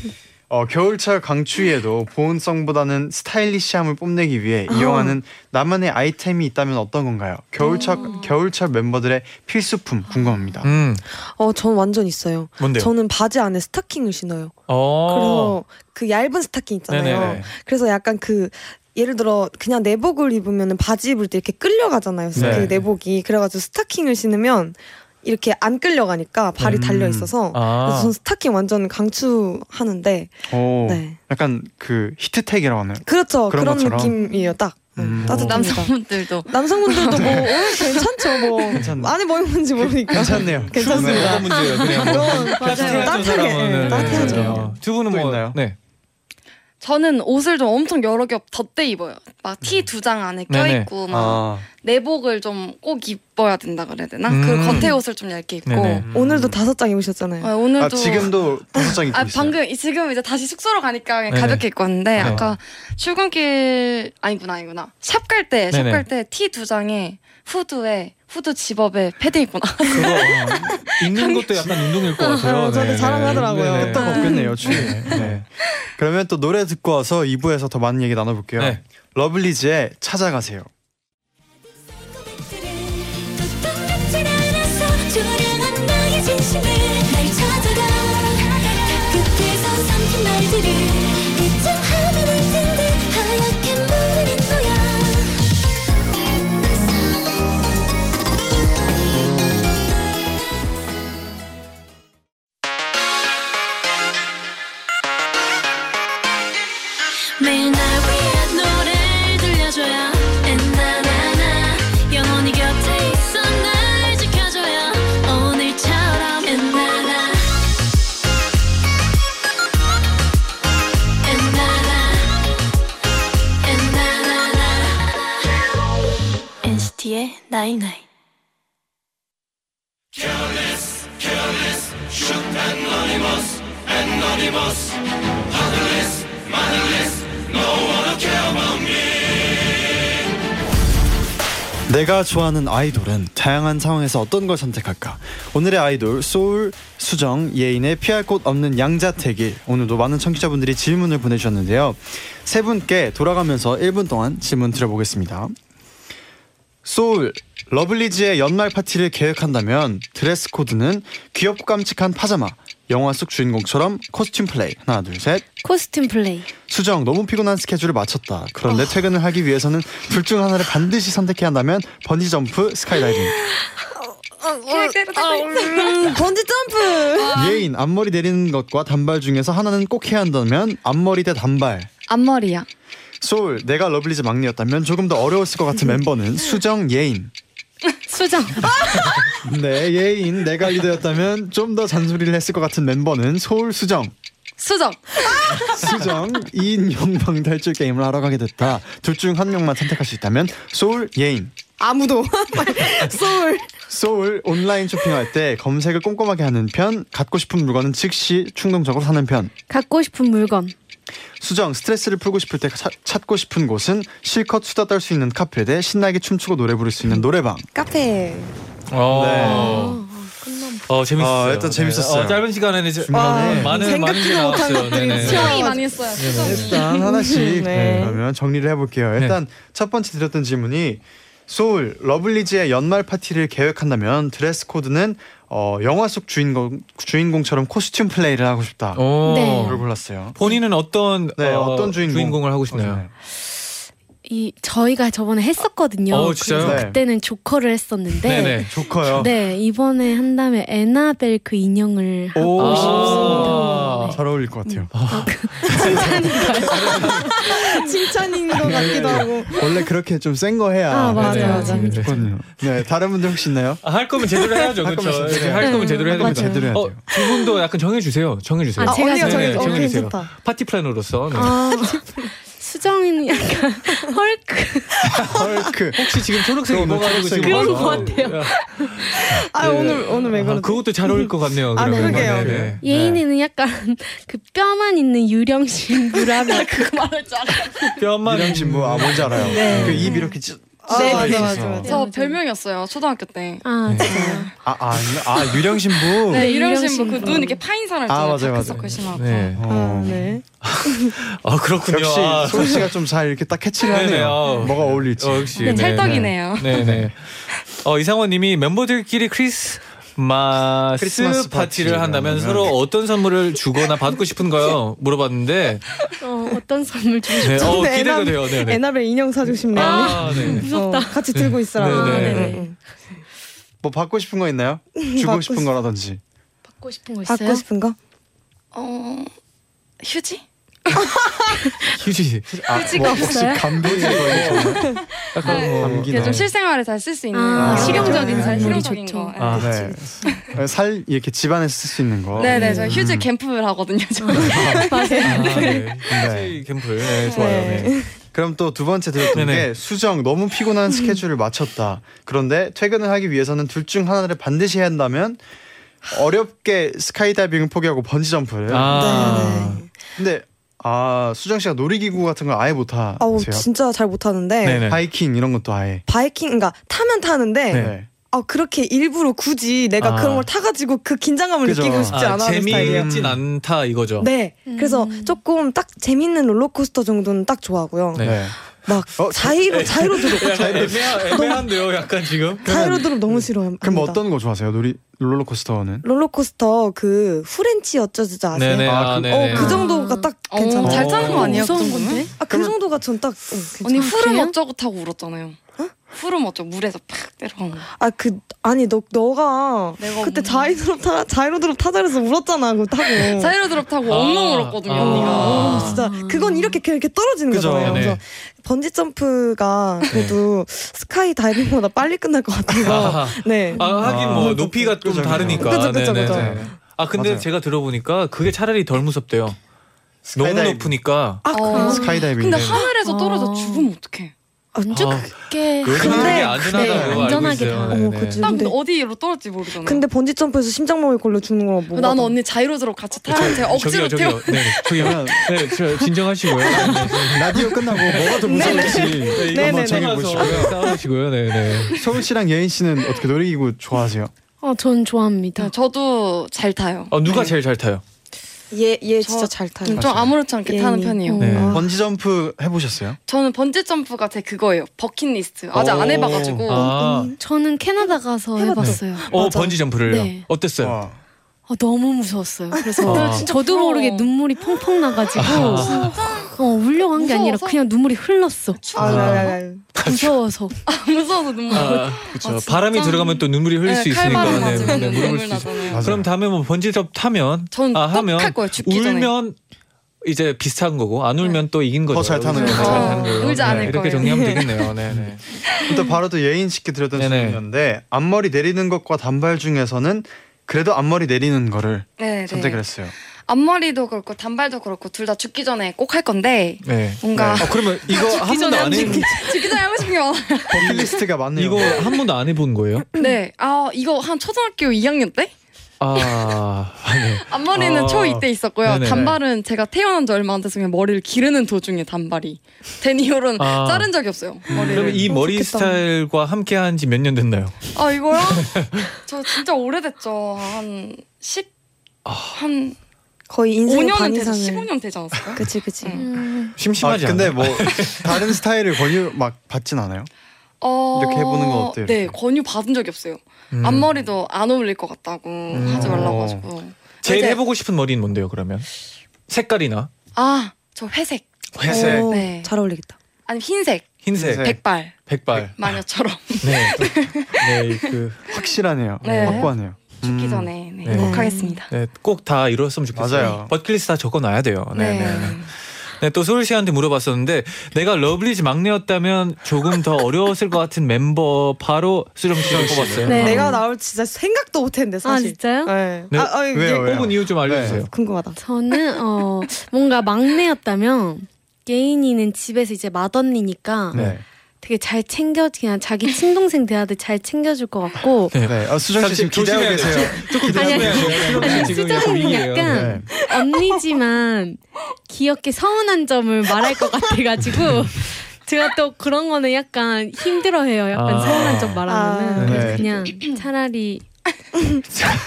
Speaker 2: 어, 겨울철 강추위에도 보온성보다는 스타일리시함을 뽐내기 위해
Speaker 8: 어.
Speaker 2: 이용하는 나만의 아이템이 있다면 어떤 건가요? 겨울철
Speaker 8: 아.
Speaker 2: 겨울철 멤버들의 필수품 궁금합니다.
Speaker 3: 음,
Speaker 8: 어전 완전 있어요.
Speaker 3: 뭔데요?
Speaker 8: 저는 바지 안에 스타킹을 신어요.
Speaker 3: 어.
Speaker 8: 그래서 그 얇은 스타킹 있잖아요.
Speaker 3: 네네네.
Speaker 8: 그래서 약간 그 예를 들어 그냥 내복을 입으면 바지 입을 때 이렇게 끌려가잖아요.
Speaker 3: 네.
Speaker 8: 그 내복이 그래가지고 스타킹을 신으면 이렇게 안 끌려가니까 발이
Speaker 2: 음.
Speaker 8: 달려 있어서 그래서
Speaker 3: 아.
Speaker 8: 전 스타킹 완전 강추하는데
Speaker 2: 오,
Speaker 8: 네
Speaker 2: 약간 그 히트텍이라고 하나요?
Speaker 8: 그렇죠
Speaker 2: 그런
Speaker 8: 그런,
Speaker 2: 것처럼?
Speaker 8: 느낌이에요 딱 네,
Speaker 2: 음.
Speaker 8: 따뜻합니다.
Speaker 6: 남성분들도
Speaker 8: 남성분들도 뭐 오늘 괜찮죠 뭐
Speaker 2: 괜찮네.
Speaker 8: 안에 뭐 입는지 모르니까
Speaker 2: 괜찮네요.
Speaker 8: 괜찮습니다.
Speaker 3: 뭐가 문제예요? 그냥 뭐.
Speaker 8: 이건
Speaker 3: 팩트를 하는
Speaker 8: 아, 따뜻하게
Speaker 3: 사람은,
Speaker 8: 예,
Speaker 3: 네,
Speaker 8: 따뜻하죠.
Speaker 3: 네, 네. 두 분은
Speaker 2: 또
Speaker 3: 뭐
Speaker 2: 있나요?
Speaker 3: 네.
Speaker 6: 저는 옷을 좀 엄청 여러 겹 덧대 입어요. 막 티 두 장 안에
Speaker 3: 네네.
Speaker 6: 껴있고 막
Speaker 2: 아,
Speaker 6: 내복을 좀 꼭 입어야 된다 그래야 되나?
Speaker 3: 음.
Speaker 6: 그 겉에 옷을 좀 얇게 입고
Speaker 3: 네네.
Speaker 8: 오늘도 다섯 장 입으셨잖아요.
Speaker 6: 아,
Speaker 2: 음.
Speaker 6: 오늘도
Speaker 2: 아, 지금도 다섯 장 입고
Speaker 6: 아,
Speaker 2: 있어요.
Speaker 6: 방금 이- 지금 이제 다시 숙소로 가니까 그냥
Speaker 3: 네네.
Speaker 6: 가볍게 입고 왔는데
Speaker 3: 네.
Speaker 6: 아까 출근길 아니구나 아니구나 샵 갈 때 샵
Speaker 3: 네네.
Speaker 6: 갈 때 티 두 장에 후드에 후드 집업에 패드 입고 나.
Speaker 3: 그거 어, 있는 것도 약간 운동일 것 같아요.
Speaker 8: 어, 저한테 자랑하더라고요.
Speaker 3: 네, 네.
Speaker 2: 끄떡 없겠네요, 추위.
Speaker 3: 네.
Speaker 2: 그러면 또 노래 듣고 와서 2부에서 더 많은 얘기 나눠볼게요.
Speaker 3: 네.
Speaker 2: 러블리즈의 찾아가세요.
Speaker 4: 뚝뚝 닥칠 않아서 조량한 나의 진심을 날 찾아가 끝에서 삼킨 날들을 이쯤 하면 할 텐데 하얗게 물린 거야 매일 날 위한 노래를 들려줘요 엔나나나 영원히 곁에 있어 날 지켜줘요 오늘처럼 엔나나 엔나나 엔나나나 NCT의 나이나이
Speaker 2: 내가 좋아하는 아이돌은 다양한 상황에서 어떤 걸 선택할까? 오늘의 아이돌 소울 수정 예인의 피할 곳 없는 양자택일 오늘도 많은 청취자분들이 질문을 보내주셨는데요. 세 분께 돌아가면서 1분 동안 질문 드려보겠습니다. 소울 러블리즈의 연말 파티를 계획한다면 드레스 코드는 귀엽고 깜찍한 파자마 영화 속 주인공처럼 코스튬 플레이 하나 둘셋
Speaker 7: 코스튬 플레이.
Speaker 2: 수정 너무 피곤한 스케줄을 마쳤다. 그런데 퇴근을 하기 위해서는 둘 중 하나를 반드시 선택해야 한다면 번지 점프, 스카이다이빙.
Speaker 8: 음, 번지 점프
Speaker 2: 예인 앞머리 내리는 것과 단발 중에서 하나는 꼭 해야 한다면 앞머리 대 단발.
Speaker 6: 앞머리야.
Speaker 2: 소울 내가 러블리즈 막내였다면 조금 더 어려웠을 것 같은 멤버는 수정, 예인.
Speaker 7: 수정.
Speaker 2: 네, 예인 내가 리더였다면 좀 더 잔소리를 했을 것 같은 멤버는 서울 수정.
Speaker 6: 수정.
Speaker 2: 수정 2인 영방 탈출 게임을 하러 가게 됐다. 둘 중 한 명만 선택할 수 있다면 서울 예인.
Speaker 8: 아무도 소울
Speaker 2: 서울 온라인 쇼핑할 때 검색을 꼼꼼하게 하는 편, 갖고 싶은 물건은 즉시 충동적으로 사는 편.
Speaker 7: 갖고 싶은 물건.
Speaker 2: 수정 스트레스를 풀고 싶을 때 차- 찾고 싶은 곳은 실컷 수다 떨 수 있는 카페 대 신나게 춤추고 노래 부를 수 있는 노래방.
Speaker 8: 카페
Speaker 3: 어,
Speaker 7: 어, 끝남.
Speaker 3: 어 재밌었어요.
Speaker 2: 어, 일단 재밌었어요.
Speaker 3: 어, 짧은 시간에 이제
Speaker 2: 중간에
Speaker 3: 아, 많은 많은 게
Speaker 8: 생각지도 못한
Speaker 3: 나왔어요.
Speaker 8: 것들이
Speaker 3: 네네.
Speaker 8: 있어요.
Speaker 6: 수정이 많이 했어요.
Speaker 3: 네.
Speaker 6: 수정.
Speaker 2: 일단 하나씩
Speaker 8: 네.
Speaker 2: 그러면 정리를 해볼게요. 일단 첫 번째 드렸던 질문이 소울 러블리즈의 연말 파티를 계획한다면 드레스 코드는 어, 영화 속 주인공 주인공처럼 코스튬 플레이를 하고 싶다.
Speaker 3: 어.
Speaker 7: 네.
Speaker 2: 를 골랐어요.
Speaker 3: 본인은 어떤
Speaker 2: 네,
Speaker 3: 어,
Speaker 2: 어, 떤 주인공?
Speaker 3: 주인공을 하고 싶나요?
Speaker 2: 네.
Speaker 7: 이 저희가 저번에 했었거든요.
Speaker 3: 어, 진짜요?
Speaker 7: 그래서
Speaker 2: 네.
Speaker 7: 그때는 조커를 했었는데
Speaker 3: 네네.
Speaker 2: 조커요.
Speaker 7: 네, 이번에 한 다음에 에나벨 그 인형을 하고
Speaker 2: 오.
Speaker 3: 아.
Speaker 7: 싶습니다.
Speaker 2: 잘 어울릴 것 같아요.
Speaker 8: 칭찬인 것 같기도 하고
Speaker 2: 원래 그렇게 좀 센 거 해야.
Speaker 7: 아, 맞아요,
Speaker 2: 네,
Speaker 7: 맞아요.
Speaker 2: 네, 좋거든요. 네, 다른 분들 혹시 있나요?
Speaker 3: 아, 할 거면 제대로 해야죠.
Speaker 2: 할 거면
Speaker 3: 그렇죠.
Speaker 2: 제대로 해야
Speaker 3: 할
Speaker 7: 돼요.
Speaker 3: 거면 제대로 해야 됩니다.
Speaker 7: 맞아요.
Speaker 2: 제대로 해야 돼요.
Speaker 3: 어, 두 분도 약간 정해 주세요. 정해 주세요.
Speaker 7: 아, 제가
Speaker 8: 언니가
Speaker 7: 정해요.
Speaker 8: 저기 어,
Speaker 3: 정해
Speaker 8: 그래
Speaker 3: 주세요.
Speaker 8: 좋다
Speaker 3: 파티 플래너로서 네.
Speaker 7: 아, 수정이는 약간
Speaker 3: 네.
Speaker 7: 헐크.
Speaker 2: 헐크.
Speaker 3: 혹시 지금 초록색
Speaker 2: 그런 거,
Speaker 3: 입어가지고 지금
Speaker 2: 초록색 그런
Speaker 3: 와서-
Speaker 7: 거 같아요.
Speaker 8: 아
Speaker 3: 네.
Speaker 8: 오늘 오늘 왜
Speaker 3: 아,
Speaker 8: 그러지
Speaker 3: 그것도 잘 어울릴 것 같네요.
Speaker 8: 아,
Speaker 3: 그러면.
Speaker 8: 그러게요.
Speaker 3: 네.
Speaker 7: 예인이는 약간 그 뼈만 있는 유령신 브라비
Speaker 6: 그거 말할 줄 알아.
Speaker 3: 뼈만
Speaker 2: 이랑 친구 아 뭔지 알아요.
Speaker 8: 네.
Speaker 2: 그입 이렇게 찢.
Speaker 8: 아,
Speaker 2: 찢어져
Speaker 8: 맞아, 맞아,
Speaker 2: 있어서.
Speaker 8: 맞아.
Speaker 6: 저 별명이었어요. 초등학교 때.
Speaker 7: 아,
Speaker 3: 네.
Speaker 7: 진짜요.
Speaker 2: 아, 아, 아 유령 신부.
Speaker 7: 네,
Speaker 6: 네, 이러신
Speaker 7: 이러신
Speaker 6: 분그
Speaker 7: 분.
Speaker 6: 눈 이렇게 파인 사람
Speaker 2: 아,
Speaker 6: 있잖아요.
Speaker 2: 맞아요, 맞아요.
Speaker 6: 다크서클 심하고.
Speaker 3: 네.
Speaker 2: 어.
Speaker 8: 아, 네.
Speaker 3: 아 그렇군요.
Speaker 2: 역시
Speaker 3: 아,
Speaker 2: 소희 씨가 좀 잘 이렇게 딱 캐치를 하네요.
Speaker 3: 네네, 아우.
Speaker 2: 뭐가 어울릴지.
Speaker 3: 어, 역시
Speaker 6: 네, 찰떡이네요.
Speaker 3: 네네. 어 이상원님이 멤버들끼리 크리스마스, 파티를
Speaker 2: 크리스마스 파티를
Speaker 3: 한다면
Speaker 2: 하면.
Speaker 3: 서로 어떤 선물을 주거나 받고 싶은가요? 물어봤는데
Speaker 7: 어, 어떤 선물 주고
Speaker 3: 네,
Speaker 7: 싶죠?
Speaker 3: 어,
Speaker 8: 저도
Speaker 3: 기대가
Speaker 8: 애남-
Speaker 3: 돼요. 네네.
Speaker 8: 에나벨 인형 사주고 싶네요.
Speaker 3: 아, 네.
Speaker 8: 무섭다. 같이 들고 있어라.
Speaker 3: 네, 네, 네.
Speaker 8: 아, 네.
Speaker 2: 뭐 받고 싶은 거 있나요? 주고
Speaker 8: 받고
Speaker 2: 싶은
Speaker 8: 싶-
Speaker 2: 거라든지.
Speaker 7: 받고 싶은 거 있어요?
Speaker 8: 받고 싶은 거?
Speaker 6: 어 휴지?
Speaker 3: 휴지.
Speaker 2: 아,
Speaker 7: 휴지가 없어요?
Speaker 2: 감비인 뭐 거
Speaker 3: 약간 뭐
Speaker 2: 감기
Speaker 6: 이게
Speaker 2: 네.
Speaker 6: 좀 실생활에 잘 쓸 수 있는
Speaker 7: 아,
Speaker 6: 아,
Speaker 7: 실용적인
Speaker 6: 실용적인 잘
Speaker 7: 선물이
Speaker 6: 실용적인
Speaker 7: 좋죠.
Speaker 6: 거. 네.
Speaker 3: 아,
Speaker 2: 네. 살 이렇게 집안에서 쓸 수 있는 거. 음.
Speaker 6: 네네, 저 휴지 캠프를 하거든요. 저.
Speaker 3: 아, 네.
Speaker 2: 네.
Speaker 3: 휴지 캠플. 네, 좋아요.
Speaker 8: 네.
Speaker 3: 네.
Speaker 2: 그럼 또 두 번째 들었던
Speaker 3: 네네.
Speaker 2: 게 수정 너무 피곤한 스케줄을 마쳤다. 그런데 퇴근을 하기 위해서는 둘 중 하나를 반드시 해야 한다면 어렵게 스카이다이빙을 포기하고 번지 점프를.
Speaker 3: 아,
Speaker 8: 네, 네.
Speaker 2: 근데 아 수정 씨가 놀이기구 같은 걸 아예 못 하세요?
Speaker 8: 아우 진짜 잘 못하는데
Speaker 3: 네네.
Speaker 2: 하이킹 이런 것도 아예.
Speaker 8: 바이킹, 그러니까 타면 타는데
Speaker 2: 네.
Speaker 8: 아 그렇게 일부러 굳이 내가
Speaker 3: 아.
Speaker 8: 그런 걸 타가지고 그 긴장감을
Speaker 2: 그죠.
Speaker 8: 느끼고 싶지
Speaker 3: 아,
Speaker 8: 않아 하는 스타일이에요.
Speaker 3: 재미있진 않다 이거죠.
Speaker 8: 네, 그래서 조금 딱 재밌는 롤러코스터 정도는 딱 좋아하고요.
Speaker 3: 네.
Speaker 2: 네.
Speaker 8: 막
Speaker 2: 어, 저-
Speaker 8: 자이로 자이로 드롭,
Speaker 3: 약간 애매하, 애매한데요, 약간 지금.
Speaker 8: 자이로 드롭 너무 싫어합니다.
Speaker 2: 그럼 뭐 어떤 거 좋아하세요? 놀이 롤러코스터는?
Speaker 8: 롤러코스터 그 후렌치 어쩌저쩌 아세요?
Speaker 3: 네네.
Speaker 2: 아,
Speaker 3: 아,
Speaker 2: 그-
Speaker 3: 네네.
Speaker 8: 어, 그 정도가 딱
Speaker 6: 어,
Speaker 8: 괜찮아요.
Speaker 6: 잘 타는 거 아니에요?
Speaker 7: 무서운
Speaker 6: 그 정도면?
Speaker 7: 건데?
Speaker 8: 아, 그 정도가 전 딱 응,
Speaker 6: 언니
Speaker 8: 괜찮아요.
Speaker 6: 후름
Speaker 7: 그래요?
Speaker 6: 어쩌고 타고 울었잖아요. 후름 어쩌고 물에서 팍 때려간 거.
Speaker 8: 아, 그 아니 너 너가
Speaker 6: 내가
Speaker 8: 그때
Speaker 6: 없는-
Speaker 8: 자이로드롭 타 자이로드롭 타자 그래서 울었잖아. 그거 타고.
Speaker 6: 사이로드롭 타고
Speaker 3: 아,
Speaker 6: 엉엉 울었거든요,
Speaker 3: 아.
Speaker 8: 아,
Speaker 6: 언니가.
Speaker 8: 진짜 그건 이렇게 그냥 이렇게 떨어지는
Speaker 2: 그죠.
Speaker 8: 거잖아요.
Speaker 3: 네네.
Speaker 8: 그래서 번지 점프가 그래도 스카이 다이빙보다 빨리 끝날 것 같아서
Speaker 3: 아,
Speaker 8: 네.
Speaker 3: 아, 하긴 뭐
Speaker 2: 아,
Speaker 3: 높이가 좀
Speaker 2: 그죠, 그죠.
Speaker 3: 다르니까.
Speaker 8: 그죠, 그죠,
Speaker 3: 네네.
Speaker 8: 그죠.
Speaker 3: 네. 아 근데
Speaker 2: 맞아요.
Speaker 3: 제가 들어보니까 그게 차라리 덜 무섭대요. 너무
Speaker 2: 스카이다이빙.
Speaker 3: 높으니까.
Speaker 8: 아,
Speaker 6: 어.
Speaker 2: 스카이다이빙.
Speaker 3: 네.
Speaker 2: 네.
Speaker 6: 근데 하늘에서 떨어져
Speaker 7: 아.
Speaker 6: 죽으면 어떡해.
Speaker 3: 아,
Speaker 7: 꽤
Speaker 3: 요즘
Speaker 8: 근데-
Speaker 3: 되게
Speaker 6: 네,
Speaker 3: 안전하다고 알고
Speaker 7: 안전하게
Speaker 3: 있어요.
Speaker 7: 다-
Speaker 8: 어머,
Speaker 3: 네네.
Speaker 8: 그치.
Speaker 6: 딱
Speaker 8: 근데-
Speaker 6: 어디로 떨어질지 모르잖아요.
Speaker 8: 근데 번지 점프에서 심장마비 걸려 죽는 거랑 뭐
Speaker 6: 나는 언니 자이로드롭 같이 타요. 제가 억지로
Speaker 3: 저기요,
Speaker 6: 태워.
Speaker 3: 저기요. 네, 저기요. 네, 저 진정하시고요. 네, 네.
Speaker 2: 라디오 끝나고 뭐가 더 무서운지
Speaker 3: 네, 이거
Speaker 8: 네네네.
Speaker 3: 한번
Speaker 2: 한번
Speaker 3: 정해보시고요.
Speaker 2: 정해보시고요.
Speaker 3: 싸우시고요. 네, 네.
Speaker 2: 소울 씨랑 예인 씨는 어떻게 놀이기구 좋아하세요?
Speaker 7: 어, 전 좋아합니다.
Speaker 3: 음.
Speaker 6: 네, 저도 잘 타요.
Speaker 3: 어, 누가 제일 잘 타요?
Speaker 8: 얘, 얘
Speaker 6: 저-
Speaker 8: 진짜 잘 타요.
Speaker 6: 음, 좀 아무렇지 않게
Speaker 8: 예.
Speaker 6: 타는 편이에요.
Speaker 3: 네.
Speaker 8: 아.
Speaker 2: 번지 점프 해보셨어요?
Speaker 6: 저는 번지 점프가 제 그거예요. 버킷리스트. 아직 안
Speaker 3: 오.
Speaker 6: 해봐가지고.
Speaker 3: 아,
Speaker 7: 저는 캐나다 가서
Speaker 8: 해봤죠.
Speaker 7: 해봤어요.
Speaker 3: 어
Speaker 8: 맞아.
Speaker 3: 번지 점프를요.
Speaker 7: 네.
Speaker 3: 어땠어요?
Speaker 2: 와.
Speaker 7: 어, 너무 무서웠어요. 그래서
Speaker 3: 아.
Speaker 7: 저도
Speaker 6: 부러워. 아.
Speaker 7: 모르게 눈물이 펑펑 나가지고 어, 울려간 게 아니라
Speaker 6: 무서워서?
Speaker 7: 그냥 눈물이 흘렀어.
Speaker 8: 아, 아, 아, 아.
Speaker 7: 무서워서.
Speaker 6: 무서워서 눈물.
Speaker 3: 아, 그렇죠.
Speaker 6: 아, 진짜?
Speaker 3: 바람이 들어가면 또 눈물이 흘릴
Speaker 6: 네,
Speaker 3: 수 있으니까.
Speaker 6: 칼바람
Speaker 3: 네,
Speaker 6: 나죠.
Speaker 3: 네,
Speaker 6: 눈물
Speaker 3: 물어볼 수 있어요.
Speaker 6: 나잖아요.
Speaker 2: 맞아요.
Speaker 3: 그럼 다음에 뭐 번지 점프 타면
Speaker 6: 저는
Speaker 3: 아,
Speaker 6: 꼭
Speaker 3: 하면
Speaker 6: 할 거예요. 죽기 전에.
Speaker 3: 울면 이제 비슷한 거고 안 울면 또 이긴 거죠.
Speaker 2: 잘 타는
Speaker 3: 울지
Speaker 2: 거죠.
Speaker 3: 잘
Speaker 2: 어,
Speaker 3: 타는 거예요. 네,
Speaker 6: 울지 않을
Speaker 3: 이렇게
Speaker 6: 거예요.
Speaker 3: 정리하면 되겠네요. 네, 네.
Speaker 2: 또 바로 또 예인씨께 드렸던
Speaker 3: 네네.
Speaker 2: 질문이었는데 앞머리 내리는 것과 단발 중에서는 그래도 앞머리 내리는 거를
Speaker 6: 네, 네.
Speaker 2: 선택을 했어요.
Speaker 6: 앞머리도 그렇고 단발도 그렇고 둘 다 죽기 전에 꼭 할 건데
Speaker 3: 네.
Speaker 6: 뭔가
Speaker 3: 아, 그러면 이거 한 번도 안 해본
Speaker 6: 죽기 전에 하고 싶은 게 많아요.
Speaker 2: 버킷리스트가 맞네요. 아,
Speaker 3: 이거 한 번도 안 해본 거예요?
Speaker 6: 네, 아 이거 한 초등학교 2학년 때
Speaker 3: 아, 네.
Speaker 6: 앞머리는
Speaker 3: 아.
Speaker 6: 초2 때 있었고요.
Speaker 3: 네네네.
Speaker 6: 단발은 제가 태어난 지 얼마 안 돼서 그냥 머리를 기르는 도중에 단발이 된 이후로는
Speaker 3: 아.
Speaker 6: 자른 적이 없어요. 머리를.
Speaker 3: 그럼 이 머리
Speaker 8: 좋겠다.
Speaker 3: 스타일과 함께 한 지 몇 년 됐나요?
Speaker 6: 아 이거요? 저 진짜 오래됐죠. 한 10,
Speaker 2: 아.
Speaker 6: 한
Speaker 8: 거의 인생의
Speaker 6: 5년은
Speaker 8: 반
Speaker 6: 되죠.
Speaker 8: 이상을
Speaker 6: 15년 되지 않았을까요?
Speaker 8: 그치 그치
Speaker 6: 응.
Speaker 7: 음,
Speaker 2: 아,
Speaker 3: 심심하지
Speaker 2: 근데
Speaker 3: 않아요?
Speaker 2: 뭐 다른 스타일을 권유 막 받진 않아요?
Speaker 6: 어...
Speaker 2: 이렇게 해보는 건 어때요,
Speaker 6: 네,
Speaker 2: 이렇게?
Speaker 6: 권유 받은 적이 없어요.
Speaker 3: 음.
Speaker 6: 앞머리도 안 어울릴 것 같다고
Speaker 2: 음.
Speaker 6: 하지 말라고
Speaker 3: 어.
Speaker 6: 하시고.
Speaker 3: 제일
Speaker 6: 이제-
Speaker 3: 해보고 싶은 머리는 뭔데요? 그러면 색깔이나
Speaker 6: 아, 저 회색.
Speaker 2: 회색,
Speaker 8: 오,
Speaker 6: 네.
Speaker 8: 잘 어울리겠다
Speaker 6: 아니 흰색.
Speaker 3: 흰색,
Speaker 2: 네. 흰색.
Speaker 6: 백발.
Speaker 3: 백발.
Speaker 6: 마녀처럼.
Speaker 2: 음.
Speaker 3: 네, 네, 그,
Speaker 2: 확실하네요.
Speaker 6: 네.
Speaker 2: 확고하네요.
Speaker 6: 죽기
Speaker 2: 음.
Speaker 6: 전에 네,
Speaker 8: 어,
Speaker 3: 네.
Speaker 6: 꼭 하겠습니다.
Speaker 3: 네, 꼭 다 이뤘으면 좋겠어요.
Speaker 2: 맞아요.
Speaker 3: 버킷리스트 다 적어놔야 돼요. 네, 네. 네.
Speaker 6: 네.
Speaker 3: 네, 또 소율 씨한테 물어봤었는데 내가 러블리즈 막내였다면 조금 더 어려웠을 것 같은 멤버 바로 수정 씨를 뽑았어요.
Speaker 7: 네.
Speaker 8: 내가 나올 진짜 생각도 못했는데
Speaker 7: 아
Speaker 8: 사실
Speaker 7: 진짜요?
Speaker 8: 네.
Speaker 3: 네.
Speaker 8: 아, 아, 이게
Speaker 2: 왜요, 왜요?
Speaker 3: 뽑은 이유 좀 알려주세요.
Speaker 8: 궁금하다
Speaker 7: 저는 어 뭔가 막내였다면 예인이는 집에서 이제 맏언니니까
Speaker 2: 네.
Speaker 7: 되게 잘 챙겨 그냥 자기 친동생 대하듯이 잘 챙겨줄 것 같고
Speaker 3: 네.
Speaker 2: 네. 아, 수정 씨 지금 기대하고
Speaker 3: 조심해야 돼요.
Speaker 2: 계세요.
Speaker 3: 조금
Speaker 7: 아니,
Speaker 3: 조심해야 돼요. 수정 씨
Speaker 7: 아니,
Speaker 3: 지금
Speaker 7: 수정이는
Speaker 3: 위기예요.
Speaker 7: 약간
Speaker 2: 네.
Speaker 7: 언니지만 귀엽게 서운한 점을 말할 것 같아가지고 제가 또 그런 거는 약간 힘들어해요. 약간
Speaker 3: 아.
Speaker 7: 서운한 점 말하면은
Speaker 8: 아.
Speaker 7: 그래서
Speaker 2: 네.
Speaker 7: 그냥 차라리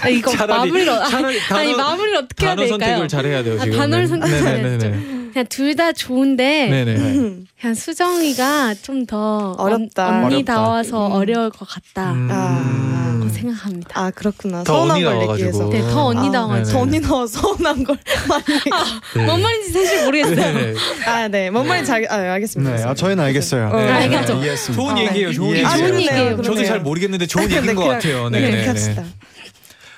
Speaker 7: 아, 이거
Speaker 3: 차라리-
Speaker 7: 마무리를 어-
Speaker 3: 차라리
Speaker 7: 아니
Speaker 3: 단어-
Speaker 7: 마무리를 어떻게 해야
Speaker 3: 단어
Speaker 7: 될까요?
Speaker 3: 선택을 잘해야 돼요
Speaker 7: 아,
Speaker 3: 지금.
Speaker 7: 단어를 선택을
Speaker 3: 네네네네.
Speaker 7: 그냥 둘 다 좋은데
Speaker 3: 네네. 음.
Speaker 7: 그냥 수정이가 좀 더
Speaker 8: 어렵다.
Speaker 7: 언니다워서
Speaker 8: 어렵다.
Speaker 7: 어려울 것 같다
Speaker 3: 음.
Speaker 8: 아,
Speaker 7: 고 생각합니다.
Speaker 8: 아 그렇구나
Speaker 3: 더
Speaker 8: 서운한
Speaker 3: 언니
Speaker 8: 걸 내기
Speaker 3: 나와가지고.
Speaker 8: 위해서
Speaker 7: 네, 더 언니
Speaker 8: 아,
Speaker 7: 나와가지고.
Speaker 8: 더 언니 나와 서운한 걸 많이
Speaker 3: 네.
Speaker 7: 뭔 말인지 사실 모르겠어요.
Speaker 3: 네네.
Speaker 8: 아네뭔 말인지 잘 아, 알겠습니다
Speaker 2: 네. 아, 저희는 알겠어요.
Speaker 8: 네.
Speaker 7: 알겠죠.
Speaker 2: 이해했습니다.
Speaker 3: 좋은
Speaker 8: 네.
Speaker 3: 얘기예요. 좋은
Speaker 2: 예.
Speaker 3: 얘기.
Speaker 2: 아,
Speaker 7: 좋은 얘기예요.
Speaker 3: 저도 잘 모르겠는데 좋은 얘기인 것 같아요.
Speaker 8: 네, 그렇게
Speaker 3: 네네.
Speaker 8: 합시다.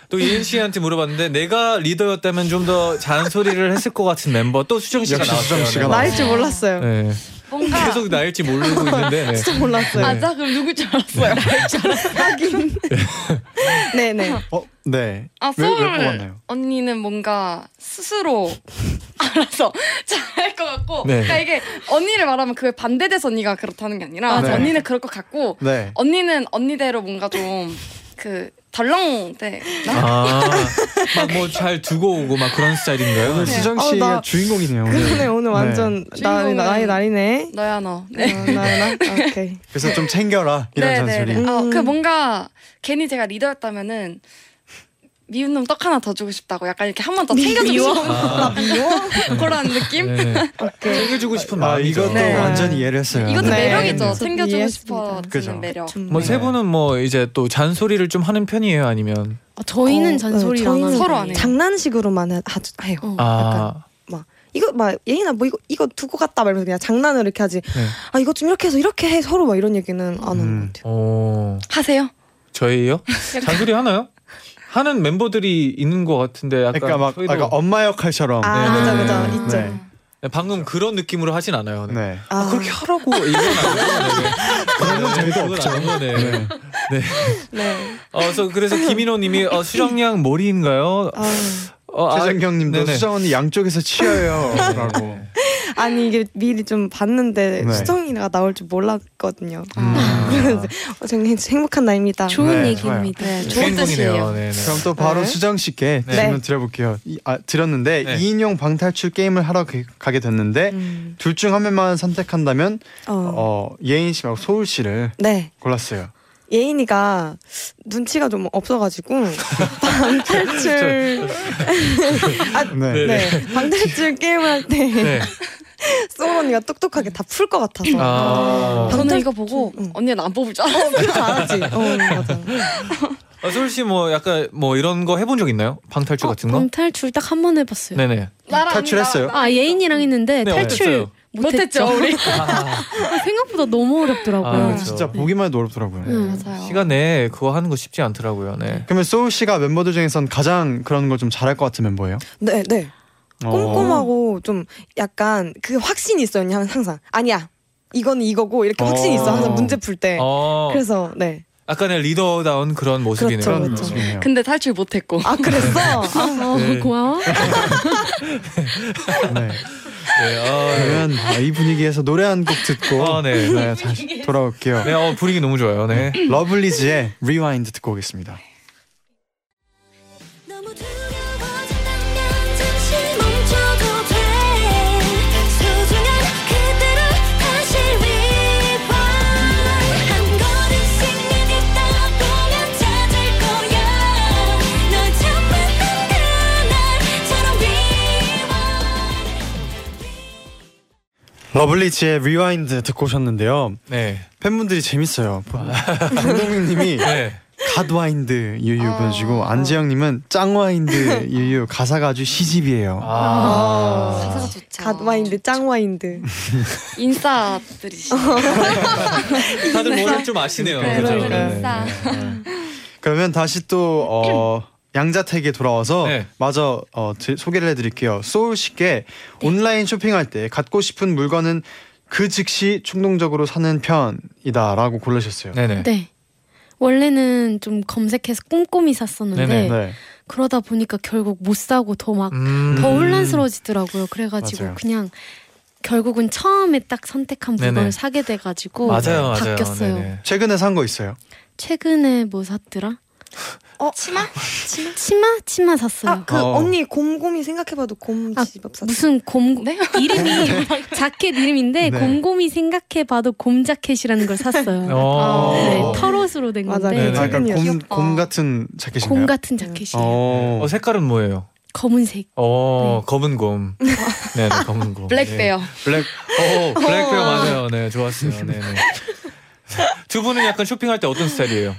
Speaker 3: 또 예은 씨한테 물어봤는데 내가 리더였다면 좀 더 잔소리를 했을 것 같은 멤버 또 수정 씨가
Speaker 2: 역시
Speaker 3: 나왔어요.
Speaker 2: 수정 씨가
Speaker 3: 네.
Speaker 8: 나일 줄 몰랐어요.
Speaker 3: 네.
Speaker 6: 뭔가
Speaker 3: 계속 나일지 모르고 있는데 네.
Speaker 8: 진짜 몰랐어요.
Speaker 6: 아, 나 그럼 누굴 줄 알았어요.
Speaker 8: 하긴. 네네.
Speaker 2: 어, 네.
Speaker 6: 아,
Speaker 2: 왜, 왜
Speaker 6: 소울
Speaker 2: 뽑았나요?
Speaker 6: 언니는 뭔가 스스로 알아서 잘할 것 같고
Speaker 3: 네.
Speaker 6: 그러니까 이게 언니를 말하면 그에 반대돼서 언니가 그렇다는 게 아니라
Speaker 2: 맞아요.
Speaker 6: 언니는 그럴 것 같고
Speaker 2: 네.
Speaker 6: 언니는 언니대로 뭔가 좀 그 덜렁 대
Speaker 3: 아, 아막 뭐 잘 두고 오고 막 그런 스타일인가요?
Speaker 2: 오늘 수정
Speaker 8: 어,
Speaker 2: 씨가
Speaker 8: 나-
Speaker 2: 주인공이네요. 오늘.
Speaker 8: 그러네 오늘 완전 나,
Speaker 6: 주인공은-
Speaker 8: 나, 나의 날이네.
Speaker 6: 너야 너. 네.
Speaker 8: 네. 나, 나, 나, 오케이.
Speaker 2: 그래서 좀 챙겨라 이런 잔소리.
Speaker 6: 네네. 어,
Speaker 8: 음.
Speaker 6: 그 뭔가 괜히 제가 리더였다면은 미운 놈 떡 하나 더 주고 싶다고 약간 이렇게 한 번 더 챙겨주고 싶은
Speaker 3: 아,
Speaker 6: 그런 느낌?
Speaker 3: 네네.
Speaker 8: 오케이.
Speaker 3: 챙겨주고 싶은
Speaker 2: 아,
Speaker 3: 마음이죠.
Speaker 2: 이것도
Speaker 6: 네.
Speaker 2: 완전히 이해를 했어요.
Speaker 6: 이것도
Speaker 8: 네.
Speaker 6: 매력이죠.
Speaker 8: 저도
Speaker 6: 챙겨주고
Speaker 8: 이해했습니다.
Speaker 6: 싶어지는
Speaker 2: 그죠.
Speaker 6: 매력.
Speaker 3: 뭐 세
Speaker 2: 네.
Speaker 3: 분은 뭐 이제 또 잔소리를 좀 하는 편이에요, 아니면
Speaker 7: 아, 저희는
Speaker 8: 어,
Speaker 7: 잔소리
Speaker 8: 네,
Speaker 7: 안
Speaker 8: 저희는
Speaker 7: 하는
Speaker 6: 서로 안 해요.
Speaker 8: 장난식으로만 하, 하- 해요.
Speaker 7: 어.
Speaker 3: 아
Speaker 8: 이거 막 예인아 뭐 이거 이거 두고 갔다 말면서 그냥 장난으로 이렇게 하지.
Speaker 3: 네.
Speaker 8: 아 이거 좀 이렇게 해서 이렇게 해 서로 막 이런 얘기는 안 하는
Speaker 2: 음.
Speaker 8: 것 같아요.
Speaker 3: 어,
Speaker 6: 하세요.
Speaker 3: 저희요? 잔소리 하나요? 하는 멤버들이 있는 것 같은데 약간
Speaker 2: 그러니까 막
Speaker 3: 저희도
Speaker 2: 약간 엄마 역할처럼.
Speaker 8: 아
Speaker 3: 네,
Speaker 8: 그죠
Speaker 3: 네,
Speaker 8: 그죠
Speaker 3: 네,
Speaker 8: 있죠.
Speaker 2: 네.
Speaker 3: 네, 방금 그런 느낌으로 하진 않아요. 네.
Speaker 2: 네.
Speaker 3: 아, 그렇게 하라고 이건 아니에요. 네.
Speaker 2: 그런 건 저희도
Speaker 3: 그건 아닌 거네.
Speaker 2: 네.
Speaker 8: 네.
Speaker 3: 어, 그래서 그래서 김인호님이 어, 수정양 머리인가요?
Speaker 8: 아,
Speaker 3: 어, 아,
Speaker 2: 최정경님도
Speaker 3: 네네.
Speaker 2: 수정 언니 양쪽에서 치여요라고.
Speaker 8: 아니 이게 미리 좀 봤는데
Speaker 2: 네.
Speaker 8: 수정이가 나올 줄 몰랐거든요.
Speaker 2: 음.
Speaker 3: 아.
Speaker 8: 그래서 어, 저는 행복한 나입니다.
Speaker 7: 어, 좋은
Speaker 2: 네,
Speaker 7: 얘기입니다.
Speaker 6: 좋은
Speaker 3: 주인공이네요.
Speaker 6: 뜻이에요.
Speaker 3: 네네.
Speaker 2: 그럼 또 바로
Speaker 8: 네.
Speaker 2: 수정 씨께
Speaker 3: 네.
Speaker 2: 질문 드려볼게요. 이, 아, 드렸는데
Speaker 3: 네.
Speaker 2: 2인용 방탈출 게임을 하러 가- 가게 됐는데
Speaker 8: 음.
Speaker 2: 둘 중 한 명만 선택한다면
Speaker 8: 어.
Speaker 2: 어, 예인 씨 말고 소울 씨를
Speaker 8: 네.
Speaker 2: 골랐어요.
Speaker 8: 예인이가 눈치가 좀 없어가지고 방탈출
Speaker 2: 네.
Speaker 8: 네 방탈출 게임을 할 때
Speaker 3: 네.
Speaker 8: 소울 언니가 똑똑하게 다 풀 것 같아서
Speaker 3: 아.
Speaker 6: 저는 이거 보고
Speaker 8: 응.
Speaker 6: 언니는 안 뽑을 줄 알았어요.
Speaker 8: 그거 알았지 어 맞아
Speaker 3: 아, 소울 씨뭐 약간 뭐 이런 거 해본 적 있나요? 방탈출 같은 거?
Speaker 7: 방탈출 어, 딱 한 번 해봤어요.
Speaker 3: 네네.
Speaker 6: 나랑
Speaker 2: 탈출했어요?
Speaker 6: 언니랑
Speaker 7: 아 예인이랑 했는데
Speaker 3: 네,
Speaker 7: 탈출
Speaker 3: 어땠어요?
Speaker 7: 못했죠.
Speaker 6: 못했죠, 우리.
Speaker 3: 아,
Speaker 7: 생각보다 너무
Speaker 3: 아,
Speaker 7: 어렵더라고요.
Speaker 3: 그렇죠.
Speaker 2: 진짜 보기만 해도 어렵더라고요.
Speaker 7: 음.
Speaker 6: 맞아요.
Speaker 3: 시간 내에 그거 하는 거 쉽지 않더라고요. 네.
Speaker 2: 그러면 소울 씨가 멤버들 중에선 가장 그런 걸 좀 잘할 것 같은 멤버예요?
Speaker 8: 네네 어,
Speaker 2: 어,
Speaker 8: 꼼꼼하고 좀 약간 그 확신이 있어요 그냥 항상 아니야 이건 이거고 이렇게 확신이 있어 항상
Speaker 3: 어.
Speaker 8: 문제 풀 때
Speaker 3: 어,
Speaker 8: 네. 그래서 네 아
Speaker 3: 약간의 리더다운 그런 모습이네요.
Speaker 8: 그렇죠,
Speaker 2: 그런
Speaker 8: 그렇죠.
Speaker 2: 모습이네요.
Speaker 6: 근데 탈출 못했고.
Speaker 8: 아, 그랬어
Speaker 7: 어,
Speaker 3: 네.
Speaker 7: 고마워.
Speaker 2: 네.
Speaker 3: 네, 어,
Speaker 2: 그러면 아, 이 분위기에서 노래 한 곡 듣고
Speaker 3: 아, 네.
Speaker 2: 네, 다시 돌아올게요.
Speaker 3: 네, 어, 분위기 너무 좋아요. 네.
Speaker 2: 러블리즈의 리와인드 듣고 오겠습니다.
Speaker 4: 너무 두려워진다면 잠시 멈춰도 돼 소중한 그대로 다시 rewind 한 걸음씩 내딛다 보면 찾을 거야 널 처음 만난 그날처럼 rewind
Speaker 2: 러블리즈의 리와인드 듣고 오셨는데요.
Speaker 3: 네.
Speaker 2: 팬분들이 재밌어요. 강동민님이
Speaker 3: 아. 네.
Speaker 2: 갓와인드 유유
Speaker 8: 아.
Speaker 2: 보내주고 안재영님은 짱와인드 유유 가사가 아주 시집이에요.
Speaker 3: 아.
Speaker 6: 가사가 좋죠.
Speaker 8: 갓와인드 짱와인드
Speaker 6: 인싸들이시죠.
Speaker 8: 어.
Speaker 3: 다들 뭐를 좀 아시네요.
Speaker 6: 그러니까요.
Speaker 3: 그죠?
Speaker 6: 그러니까요.
Speaker 3: 네, 네, 네.
Speaker 2: 그러면 다시 또 어, 양자택에 돌아와서
Speaker 3: 네.
Speaker 2: 마저 어, 드- 소개를 해드릴게요. 소울식게
Speaker 3: 네.
Speaker 2: 온라인 쇼핑할 때 갖고 싶은 물건은 그 즉시 충동적으로 사는 편이다라고 고르셨어요.
Speaker 3: 네네.
Speaker 7: 네. 원래는 좀 검색해서 꼼꼼히 샀었는데
Speaker 3: 네네,
Speaker 2: 네.
Speaker 7: 그러다 보니까 결국 못 사고 더 막 더
Speaker 3: 음.
Speaker 7: 혼란스러워지더라고요. 그래가지고
Speaker 2: 맞아요.
Speaker 7: 그냥 결국은 처음에 딱 선택한
Speaker 3: 네네.
Speaker 7: 물건을 사게 돼가지고
Speaker 3: 맞아요, 맞아요.
Speaker 7: 바뀌었어요.
Speaker 3: 네네.
Speaker 2: 최근에 산 거 있어요?
Speaker 7: 최근에 뭐 샀더라? 어?
Speaker 6: 치마?
Speaker 7: 치마? 치마 샀어요.
Speaker 8: 아 그
Speaker 2: 어.
Speaker 8: 언니 곰곰이 생각해봐도 곰
Speaker 7: 아,
Speaker 8: 집밥 사
Speaker 7: 무슨 곰
Speaker 8: 네?
Speaker 7: 이름이 자켓 이름인데
Speaker 2: 네.
Speaker 7: 곰곰이 생각해봐도 곰 자켓이라는 걸 샀어요.
Speaker 3: 어.
Speaker 7: 네, 털옷으로 된
Speaker 8: 맞아요.
Speaker 7: 건데
Speaker 3: 네.
Speaker 2: 아, 약간 곰,
Speaker 8: 귀엽다.
Speaker 2: 곰 같은 자켓인가요?
Speaker 7: 곰 같은 자켓이에요.
Speaker 2: 어.
Speaker 3: 어, 색깔은 뭐예요?
Speaker 7: 검은색.
Speaker 3: 어, 검은 곰. 네, 네, 검은 곰.
Speaker 6: 블랙베어.
Speaker 3: 네. 블랙. 어, 블랙베어 맞아요. 네, 좋았어요. 네, 네. 두 분은 약간 쇼핑할 때 어떤 스타일이에요?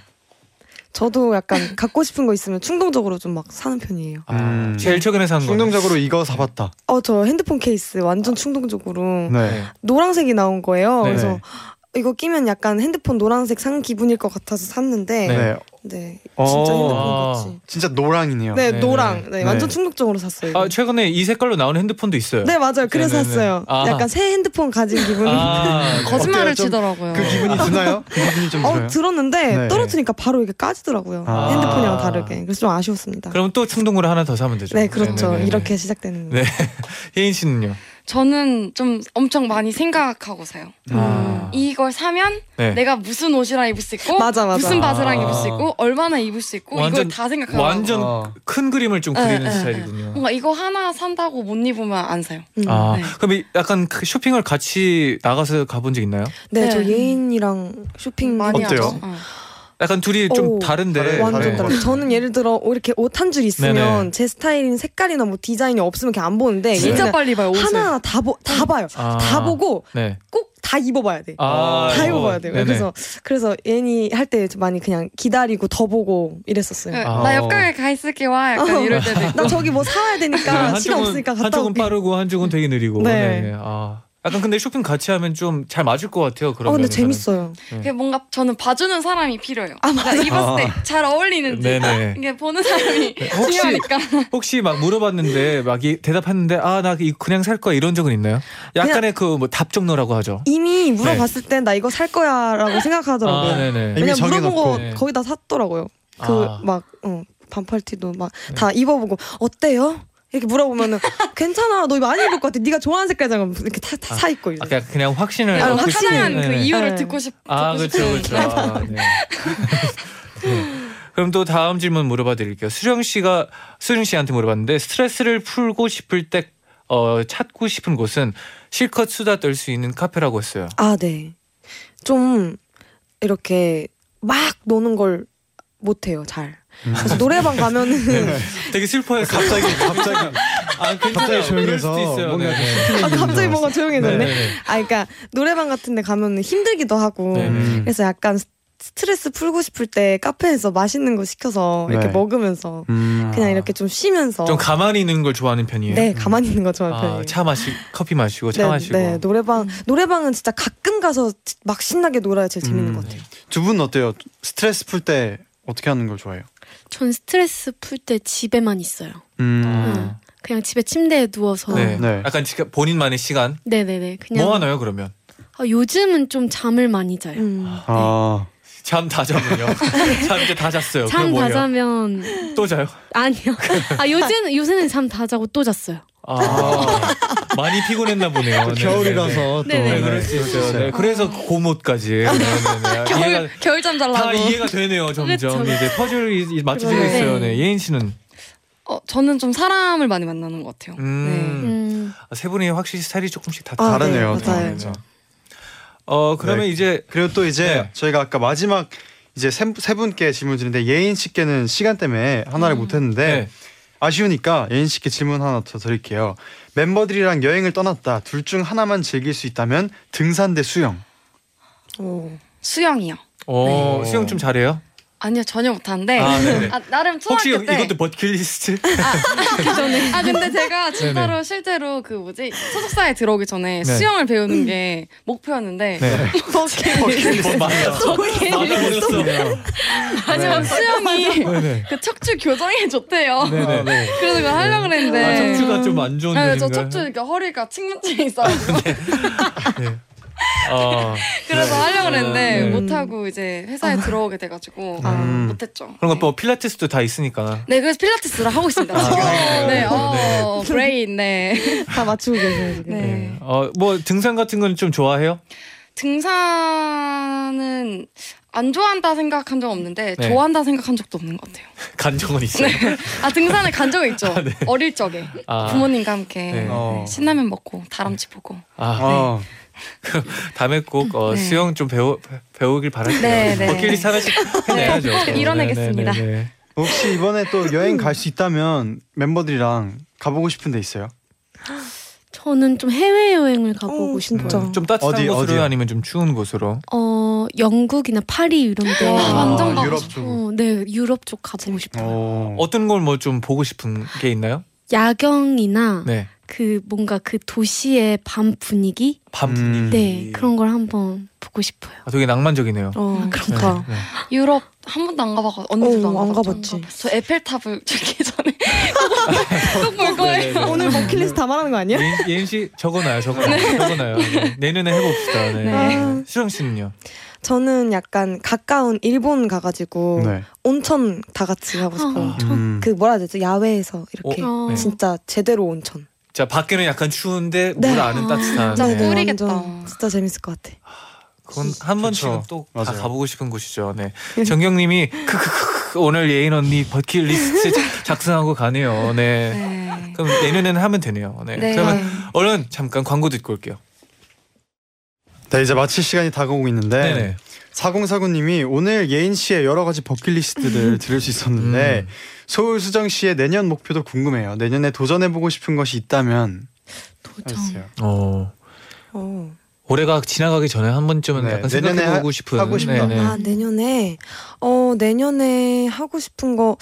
Speaker 8: 저도 약간 갖고 싶은 거 있으면 충동적으로 좀 막 사는 편이에요
Speaker 3: 아,
Speaker 2: 음.
Speaker 3: 제일 최근에 산 거.
Speaker 2: 충동적으로 이거 사봤다.
Speaker 8: 어 저 핸드폰 케이스 완전 충동적으로
Speaker 2: 네.
Speaker 8: 노란색이 나온 거예요
Speaker 3: 네.
Speaker 8: 그래서 이거 끼면 약간 핸드폰 노란색 산 기분일 것 같아서 샀는데
Speaker 2: 네.
Speaker 8: 네, 진짜
Speaker 2: 어.
Speaker 8: 핸드폰 같이
Speaker 2: 진짜 노랑이네요.
Speaker 8: 네,
Speaker 3: 네,
Speaker 8: 노랑. 네,
Speaker 2: 네.
Speaker 8: 완전 충격적으로 샀어요. 이거.
Speaker 3: 아, 최근에 이 색깔로 나오는 핸드폰도 있어요.
Speaker 8: 네, 맞아요. 그래서
Speaker 3: 네네네.
Speaker 8: 샀어요.
Speaker 3: 아.
Speaker 8: 약간 새 핸드폰 가진 기분.
Speaker 3: 아, 네.
Speaker 6: 거짓말을
Speaker 2: 어때요? 좀
Speaker 6: 치더라고요.
Speaker 2: 그 기분이 드나요? 그 기분이 좀
Speaker 8: 어,
Speaker 2: 들어요.
Speaker 8: 들었는데
Speaker 2: 네.
Speaker 8: 떨어지니까 바로 이게 까지더라고요.
Speaker 2: 아.
Speaker 8: 핸드폰이랑 다르게. 그래서 좀 아쉬웠습니다.
Speaker 3: 그럼 또 충동으로 하나 더 사면 되죠.
Speaker 8: 네, 그렇죠.
Speaker 3: 그렇죠. 네네네.
Speaker 8: 이렇게 시작되는
Speaker 3: 네. 혜인 씨는요?
Speaker 6: 저는 좀 엄청 많이 생각하고 사요.
Speaker 2: 음.
Speaker 3: 아.
Speaker 6: 이걸 사면
Speaker 3: 네.
Speaker 6: 내가 무슨 옷이랑 입을 수 있고
Speaker 8: 맞아, 맞아.
Speaker 6: 무슨 바지랑
Speaker 3: 아.
Speaker 6: 입을 수 있고 얼마나 입을 수 있고
Speaker 3: 완전-
Speaker 6: 이걸 다 생각하고
Speaker 3: 완전
Speaker 2: 어.
Speaker 3: 큰 그림을 좀
Speaker 6: 네,
Speaker 3: 그리는
Speaker 6: 네,
Speaker 3: 스타일이군요.
Speaker 6: 뭔가 이거 하나 산다고 못 입으면 안 사요.
Speaker 8: 음.
Speaker 3: 아,
Speaker 6: 네.
Speaker 3: 그럼 이- 약간 그 쇼핑을 같이 나가서 가본 적 있나요?
Speaker 8: 네,
Speaker 6: 네.
Speaker 8: 저 예인이랑 쇼핑
Speaker 6: 많이
Speaker 2: 어때요?
Speaker 6: 하죠.
Speaker 3: 네.
Speaker 6: 어.
Speaker 3: 약간 둘이 좀
Speaker 8: 오,
Speaker 3: 다른데.
Speaker 2: 다른-
Speaker 8: 완전
Speaker 2: 네.
Speaker 8: 다르 저는 예를 들어 이렇게 옷 한 줄 있으면
Speaker 3: 네네.
Speaker 8: 제 스타일인 색깔이나 뭐 디자인이 없으면 그냥 안 보는데
Speaker 6: 진짜
Speaker 8: 얘는
Speaker 6: 빨리 봐요 옷을.
Speaker 8: 하나 다, 보, 다 봐요.
Speaker 3: 아.
Speaker 8: 다 보고
Speaker 3: 네.
Speaker 8: 꼭 다 입어봐야 돼.
Speaker 3: 아,
Speaker 8: 다
Speaker 3: 이거.
Speaker 8: 입어봐야 돼요.
Speaker 3: 네네.
Speaker 8: 그래서 그래서 예니 할 때 많이 그냥 기다리고 더 보고 이랬었어요.
Speaker 6: 네,
Speaker 3: 아.
Speaker 6: 나 옆가게 가 있을게 와
Speaker 8: 어.
Speaker 6: 약간 이럴 때도 있고.
Speaker 8: 나 저기 뭐 사와야 되니까
Speaker 3: 네,
Speaker 8: 시간
Speaker 3: 한쪽은-
Speaker 8: 없으니까 갔다
Speaker 3: 한쪽은
Speaker 8: 올게.
Speaker 3: 빠르고 한쪽은 되게 느리고. 네.
Speaker 8: 네.
Speaker 3: 아, 약간 근데 쇼핑 같이 하면 좀 잘 맞을 것 같아요. 그런
Speaker 8: 어 근데
Speaker 3: 면에서는.
Speaker 8: 재밌어요.
Speaker 6: 그게 뭔가 저는 봐주는 사람이 필요해요.
Speaker 8: 아,
Speaker 6: 그러니까 입었을 때 잘 어울리는지
Speaker 3: 아. 네네.
Speaker 6: 이게 보는 사람이
Speaker 3: 혹시-
Speaker 6: 중요하니까.
Speaker 3: 혹시 막 물어봤는데 막 이, 대답했는데 아 나 그냥 살 거야 이런 적은 있나요? 약간의 그 뭐 답정너라고 하죠.
Speaker 8: 이미 물어봤을 땐 나 이거 살 거야라고 생각하더라고요.
Speaker 3: 네. 아, 네네.
Speaker 2: 이미
Speaker 8: 왜냐 면 물어본
Speaker 2: 정해놓고.
Speaker 8: 거
Speaker 3: 네.
Speaker 8: 거의 다 샀더라고요. 그
Speaker 3: 아. 네.
Speaker 8: 막 어, 반팔티도 막 다 입어보고 어때요? 이렇게 물어보면은 괜찮아 너 많이 입을 것 같아 네가 좋아하는 색깔이잖아 이렇게 다 사 입고 이래.
Speaker 3: 아까 그냥 확신을
Speaker 8: 아,
Speaker 3: 얻고
Speaker 8: 확신을.
Speaker 3: 싶은,
Speaker 6: 하나는 그
Speaker 3: 네.
Speaker 6: 이유를
Speaker 8: 네.
Speaker 6: 듣고 싶.
Speaker 3: 아,
Speaker 6: 듣고
Speaker 3: 그렇죠,
Speaker 6: 싶은
Speaker 3: 그렇죠. 아, 네. 네. 그럼 또 다음 질문 물어봐드릴게요. 수령 씨가 수령 씨한테 물어봤는데 스트레스를 풀고 싶을 때 어, 찾고 싶은 곳은 실컷 수다 떨 수 있는 카페라고 했어요.
Speaker 8: 아 네. 좀 이렇게 막 노는 걸 못해요 잘.
Speaker 3: 음.
Speaker 8: 그래서 노래방
Speaker 3: 네,
Speaker 8: 가면은
Speaker 3: 되게 슬퍼했어요.
Speaker 2: 갑자기 갑자기
Speaker 3: 아, 괜찮아요.
Speaker 2: 갑자기
Speaker 3: 그럴
Speaker 2: 조용해서
Speaker 3: 수도 있어요.
Speaker 2: 뭔가
Speaker 3: 네, 네.
Speaker 8: 아, 갑자기 뭔가 조용해졌네.
Speaker 3: 네, 네.
Speaker 8: 아, 그러니까 노래방 같은 데 가면 힘들기도 하고
Speaker 3: 네.
Speaker 2: 음.
Speaker 8: 그래서 약간 스- 스트레스 풀고 싶을 때 카페에서 맛있는 거 시켜서 이렇게
Speaker 2: 네.
Speaker 8: 먹으면서
Speaker 2: 음.
Speaker 8: 그냥 이렇게 좀 쉬면서
Speaker 3: 아. 좀 가만히 있는 걸 좋아하는 편이에요.
Speaker 8: 네 가만히 있는 거 좋아하는
Speaker 3: 아,
Speaker 8: 편이에요.
Speaker 3: 차 마시 커피 마시고 차
Speaker 8: 네,
Speaker 3: 마시고.
Speaker 8: 네, 노래방 노래방은 진짜 가끔 가서 지- 막 신나게 놀아야 제일 재밌는
Speaker 2: 음.
Speaker 8: 것 같아요.
Speaker 2: 두분 어때요? 스트레스 풀 때 어떻게 하는 걸 좋아해요?
Speaker 7: 전 스트레스 풀 때 집에만 있어요.
Speaker 2: 음.
Speaker 8: 네.
Speaker 3: 아.
Speaker 7: 음. 그냥 집에 침대에 누워서
Speaker 3: 네.
Speaker 2: 네.
Speaker 3: 약간 지금 본인만의 시간.
Speaker 7: 네. 네네 그냥
Speaker 3: 뭐 하나요 그러면?
Speaker 7: 아, 요즘은 좀 잠을 많이 자요.
Speaker 8: 음.
Speaker 2: 아,
Speaker 3: 잠 다 자면요. 잠 이제 다 잤어요.
Speaker 7: 잠
Speaker 3: 그럼
Speaker 7: 다
Speaker 3: 뭐예요?
Speaker 7: 자면
Speaker 3: 또 자요.
Speaker 7: 아니요. 아 요즘 요새는 잠 다 자고 또 잤어요.
Speaker 3: 아 많이 피곤했나 보네요. 네, 네,
Speaker 2: 겨울이라서
Speaker 3: 네.
Speaker 7: 네네.
Speaker 3: 네, 그럴 수 있어요. 네, 그래서 고모까지. 네, 네, 네. 이해가
Speaker 6: 겨울 겨울잠
Speaker 3: 다
Speaker 6: 잘라고.
Speaker 3: 이해가 되네요. 점점
Speaker 7: 그렇죠.
Speaker 3: 이제 퍼즐 이- 이 맞춰지고
Speaker 8: 그래요.
Speaker 3: 있어요.
Speaker 7: 네.
Speaker 3: 네, 예인 씨는
Speaker 6: 어 저는 좀 사람을 많이 만나는 것 같아요.
Speaker 3: 음.
Speaker 7: 음.
Speaker 3: 아, 세 분이 확실히 스타일이 조금씩 다
Speaker 8: 아,
Speaker 2: 다르네요.
Speaker 8: 네, 맞아요.
Speaker 3: 다르네요. 어 그러면
Speaker 2: 네.
Speaker 3: 이제
Speaker 2: 그리고 또 이제
Speaker 3: 네.
Speaker 2: 저희가 아까 마지막 이제 세, 세 분께 질문 드는데 예인 씨께는 시간 때문에
Speaker 8: 음.
Speaker 2: 하나를 못 했는데
Speaker 3: 네.
Speaker 2: 아쉬우니까 예인 씨께 질문 하나 더 드릴게요. 멤버들이랑 여행을 떠났다. 둘 중 하나만 즐길 수 있다면 등산 대 수영.
Speaker 8: 오.
Speaker 6: 수영이요.
Speaker 3: 어
Speaker 2: 네.
Speaker 3: 수영 좀 잘해요?
Speaker 6: 아니요 전혀 못하는데.
Speaker 3: 아, 네네.
Speaker 6: 아, 나름
Speaker 3: 혹시
Speaker 6: 초등학교 때.
Speaker 3: 이것도 버킷리스트?
Speaker 6: 아 근데 제가 진짜로 실제로 그 뭐지 소속사에 들어오기
Speaker 3: 네.
Speaker 6: 전에 수영을 배우는 게 목표였는데
Speaker 3: 네. 버킷리스트 맞아요. 버킷리스트.
Speaker 6: 마지막 수영이
Speaker 3: 네네.
Speaker 6: 그 척추 교정해 줬대요.
Speaker 3: 아, 네네.
Speaker 6: 그래서 그거 하려고 그랬는데.
Speaker 3: 아, 척추가 좀 안 좋은
Speaker 6: 네, 저
Speaker 3: 요인가요? 음.
Speaker 6: 척추 이렇게 허리가 측문증이 있어가지고
Speaker 3: 네. 아,
Speaker 6: 그래서 하려고 그랬는데
Speaker 3: 네.
Speaker 8: 음.
Speaker 6: 못하고 이제
Speaker 3: 아.
Speaker 6: 회사에 들어오게 돼가지고
Speaker 8: 아.
Speaker 2: 음.
Speaker 6: 못했죠.
Speaker 3: 그런
Speaker 6: 네.
Speaker 3: 거 뭐 필라테스도 다 있으니까.
Speaker 6: 네, 그래서 필라테스를 하고 있습니다.
Speaker 3: 아,
Speaker 6: 지금.
Speaker 3: 그래요?
Speaker 6: 네,
Speaker 3: 그래요?
Speaker 6: 어, 브레인, 네.
Speaker 8: 다 맞추고 계세요 지금.
Speaker 6: 네.
Speaker 3: 네. 어뭐 등산 같은 건 좀 좋아해요?
Speaker 6: 등산은 안 좋아한다 생각한 적 없는데
Speaker 3: 네.
Speaker 6: 좋아한다 생각한 적도 없는 것 같아요.
Speaker 3: 간정은 있어요.
Speaker 6: 아 등산을 간 적은 있죠.
Speaker 3: 네.
Speaker 6: 어릴 적에
Speaker 3: 아.
Speaker 6: 부모님과 함께
Speaker 3: 네.
Speaker 2: 어.
Speaker 6: 신라면 먹고 다람쥐 보고.
Speaker 3: 아
Speaker 2: 어.
Speaker 3: 다음에 꼭 어,
Speaker 6: 네.
Speaker 3: 수영 좀 배우 배우길 바랄게요.
Speaker 6: 네, 네.
Speaker 3: 버킷리스트 하나씩 해내야죠.
Speaker 6: 네, 꼭 이뤄내겠습니다.
Speaker 3: 네, 네, 네.
Speaker 2: 혹시 이번에 또 여행 갈 수 있다면 멤버들이랑 가보고 싶은 데 있어요?
Speaker 7: 저는 좀 해외 여행을 가보고
Speaker 8: 오,
Speaker 7: 싶어요.
Speaker 8: 진짜.
Speaker 3: 좀 따뜻한
Speaker 2: 어디,
Speaker 3: 곳으로
Speaker 2: 어디요?
Speaker 3: 아니면 좀 추운 곳으로.
Speaker 7: 어 영국이나 파리 이런 데.
Speaker 6: 와, 완전
Speaker 2: 아,
Speaker 6: 가고
Speaker 2: 유럽
Speaker 6: 싶어.
Speaker 2: 쪽.
Speaker 7: 어, 네 유럽 쪽 가보고 싶어요.
Speaker 2: 어.
Speaker 3: 어떤 걸 뭐 좀 보고 싶은 게 있나요?
Speaker 7: 야경이나
Speaker 3: 네.
Speaker 7: 그 뭔가 그 도시의 밤 분위기.
Speaker 3: 밤 분위기.
Speaker 2: 음.
Speaker 7: 네 그런 걸 한번 보고 싶어요.
Speaker 3: 아, 되게 낭만적이네요.
Speaker 8: 어.
Speaker 3: 네,
Speaker 6: 그러니까.
Speaker 7: 그런가.
Speaker 3: 네.
Speaker 6: 유럽 한 번도 안 가봐가 언니들도
Speaker 8: 어,
Speaker 6: 안,
Speaker 8: 안
Speaker 6: 가봤죠.
Speaker 8: 가봤지.
Speaker 6: 저 에펠탑을 찍기 전에 꼭 볼 거예요.
Speaker 8: 오늘 버킷리스트 다 말하는 거 아니야?
Speaker 3: 예인, 예인 씨 적어놔요, 적어놔요, 적어놔요. 네. 내년에 해봅시다. 네.
Speaker 8: 네.
Speaker 3: 수정 씨는요?
Speaker 8: 저는 약간 가까운 일본 가가지고
Speaker 2: 네.
Speaker 8: 온천 다 같이 가고 싶어요.
Speaker 7: 아.
Speaker 2: 음.
Speaker 8: 그 뭐라 해야 되지? 야외에서 이렇게
Speaker 7: 어.
Speaker 3: 네.
Speaker 8: 진짜 제대로 온천.
Speaker 3: 자 밖에는 약간 추운데
Speaker 8: 네.
Speaker 3: 물 안은
Speaker 7: 아,
Speaker 3: 따뜻한.
Speaker 8: 진짜
Speaker 3: 네.
Speaker 6: 꿀이겠다.
Speaker 8: 완전 진짜 재밌을 것 같아.
Speaker 3: 그건 한 번씩은 또
Speaker 2: 그쵸.
Speaker 3: 다
Speaker 2: 맞아요.
Speaker 3: 가보고 싶은 곳이죠. 네. 정경님이 크크크 오늘 예인 언니 버킷리스트 작- 작성하고 가네요. 네.
Speaker 6: 네.
Speaker 3: 그럼 내년에는 하면 되네요. 네.
Speaker 6: 네.
Speaker 3: 그러면 얼른 잠깐 광고 듣고 올게요.
Speaker 2: 네 이제 마칠 시간이 다가오고 있는데
Speaker 3: 네네.
Speaker 2: 4049님이 오늘 예인 씨의 여러 가지 버킷리스트를 들을 수 있었는데
Speaker 3: 음.
Speaker 2: 서울 수정 씨의 내년 목표도 궁금해요. 내년에 도전해보고 싶은 것이 있다면
Speaker 7: 도전.
Speaker 2: 하셨어요.
Speaker 3: 어.
Speaker 8: 어.
Speaker 3: 올해가 지나가기 전에 한 번쯤은
Speaker 2: 네,
Speaker 3: 약간
Speaker 2: 내년에
Speaker 3: 생각해보고
Speaker 2: 하-
Speaker 3: 싶은.
Speaker 2: 하고 싶다.
Speaker 3: 네, 네.
Speaker 8: 아 내년에 어 내년에 하고 싶은 거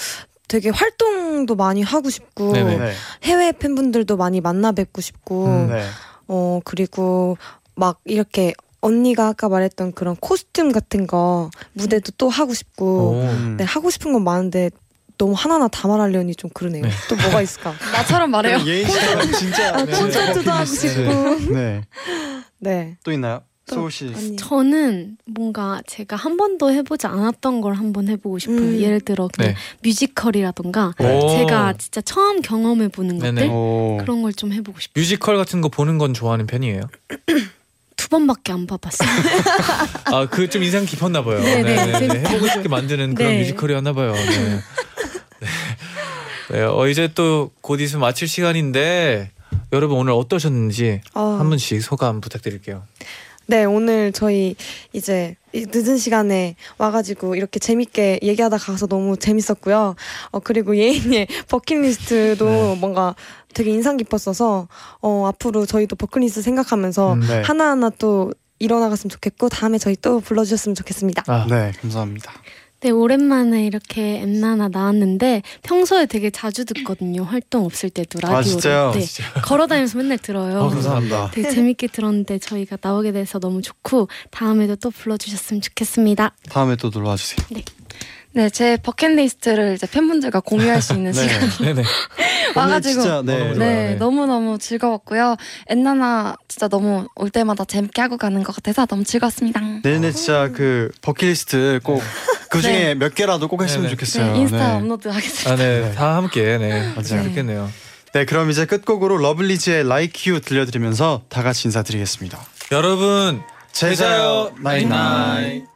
Speaker 8: 되게 활동도 많이 하고 싶고
Speaker 3: 네네.
Speaker 2: 네.
Speaker 8: 해외 팬분들도 많이 만나 뵙고 싶고
Speaker 3: 음,
Speaker 2: 네.
Speaker 8: 어 그리고 막 이렇게 언니가 아까 말했던 그런 코스튬 같은 거 무대도 또 하고 싶고
Speaker 3: 오.
Speaker 2: 음.
Speaker 8: 네 하고 싶은 건 많은데 너무 하나하나 다 말하려니 좀 그러네요.
Speaker 3: 네.
Speaker 8: 또 뭐가 있을까?
Speaker 6: 나처럼 말해요.
Speaker 2: 그럼 예인 씨가 진짜
Speaker 8: 아,
Speaker 2: 네.
Speaker 8: 콘서트도 하고 싶고
Speaker 2: 네.
Speaker 8: 네.
Speaker 2: 또 있나요?
Speaker 8: 또
Speaker 2: 소울 씨.
Speaker 8: 언니.
Speaker 7: 저는 뭔가 제가 한 번도 해보지 않았던 걸 한번 해보고 싶어요.
Speaker 8: 음.
Speaker 7: 예를 들어 그냥
Speaker 3: 네.
Speaker 7: 뮤지컬이라던가
Speaker 3: 오.
Speaker 7: 제가 진짜 처음 경험해 보는
Speaker 3: 네네.
Speaker 7: 것들
Speaker 2: 오.
Speaker 7: 그런 걸 좀 해보고 싶어요.
Speaker 3: 뮤지컬 같은 거 보는 건 좋아하는 편이에요.
Speaker 7: 두 번밖에 안 봐봤어요.
Speaker 3: 아 그 좀 인상 깊었나 봐요.
Speaker 7: 네, 네, 재밌다.
Speaker 3: 해보고 싶게 만드는 그런
Speaker 7: 네.
Speaker 3: 뮤지컬이었나 봐요. 네. 네. 네, 어, 이제 또 곧 있으면 마칠 시간인데 여러분 오늘 어떠셨는지
Speaker 8: 어,
Speaker 3: 한 분씩 소감 부탁드릴게요.
Speaker 8: 네 오늘 저희 이제 이 늦은 시간에 와가지고 이렇게 재밌게 얘기하다 가서 너무 재밌었고요. 어 그리고 예인의 버킷리스트도
Speaker 3: 네.
Speaker 8: 뭔가 되게 인상 깊었어서 어 앞으로 저희도 버킷리스트 생각하면서
Speaker 3: 음,
Speaker 2: 네.
Speaker 8: 하나하나 또 일어나갔으면 좋겠고 다음에 저희 또 불러주셨으면 좋겠습니다.
Speaker 3: 아,
Speaker 2: 네, 감사합니다.
Speaker 7: 네, 오랜만에 이렇게 엠나나 나왔는데 평소에 되게 자주 듣거든요. 활동 없을 때도 라디오를.
Speaker 2: 아, 진짜요?
Speaker 7: 네, 걸어다니면서 맨날 들어요.
Speaker 3: 어,
Speaker 2: 아,
Speaker 3: 감사합니다.
Speaker 7: 되게 재밌게 들었는데 저희가 나오게 돼서 너무 좋고 다음에도 또 불러주셨으면 좋겠습니다.
Speaker 2: 다음에 또 놀러 와 주세요.
Speaker 6: 네, 제 버킷리스트를 이제 팬분들과 공유할 수 있는
Speaker 2: 네.
Speaker 6: 시간
Speaker 3: 네네.
Speaker 2: 오늘
Speaker 6: 와가지고
Speaker 2: 진짜 네.
Speaker 3: 너무 좋아요.
Speaker 6: 네,
Speaker 3: 네.
Speaker 6: 너무너무 즐거웠고요. 엔나나 진짜 너무 올 때마다 재밌게 하고 가는 것 같아서 너무 즐거웠습니다. 네,
Speaker 2: 네네 진짜 그 버킷리스트 꼭 그중에
Speaker 6: 네.
Speaker 2: 몇 개라도 꼭 했으면
Speaker 3: 네네.
Speaker 2: 좋겠어요.
Speaker 6: 인스타
Speaker 2: 네.
Speaker 6: 업로드 하겠습니다.
Speaker 3: 아, 네. 다 함께, 네.
Speaker 2: 맞아요.
Speaker 3: 그렇겠네요.
Speaker 2: 네, 그럼 이제 끝곡으로 러블리즈의 Like You 들려드리면서 다 같이 인사드리겠습니다.
Speaker 3: 여러분,
Speaker 2: 제자요 나잇나잇.
Speaker 3: 나잇나잇.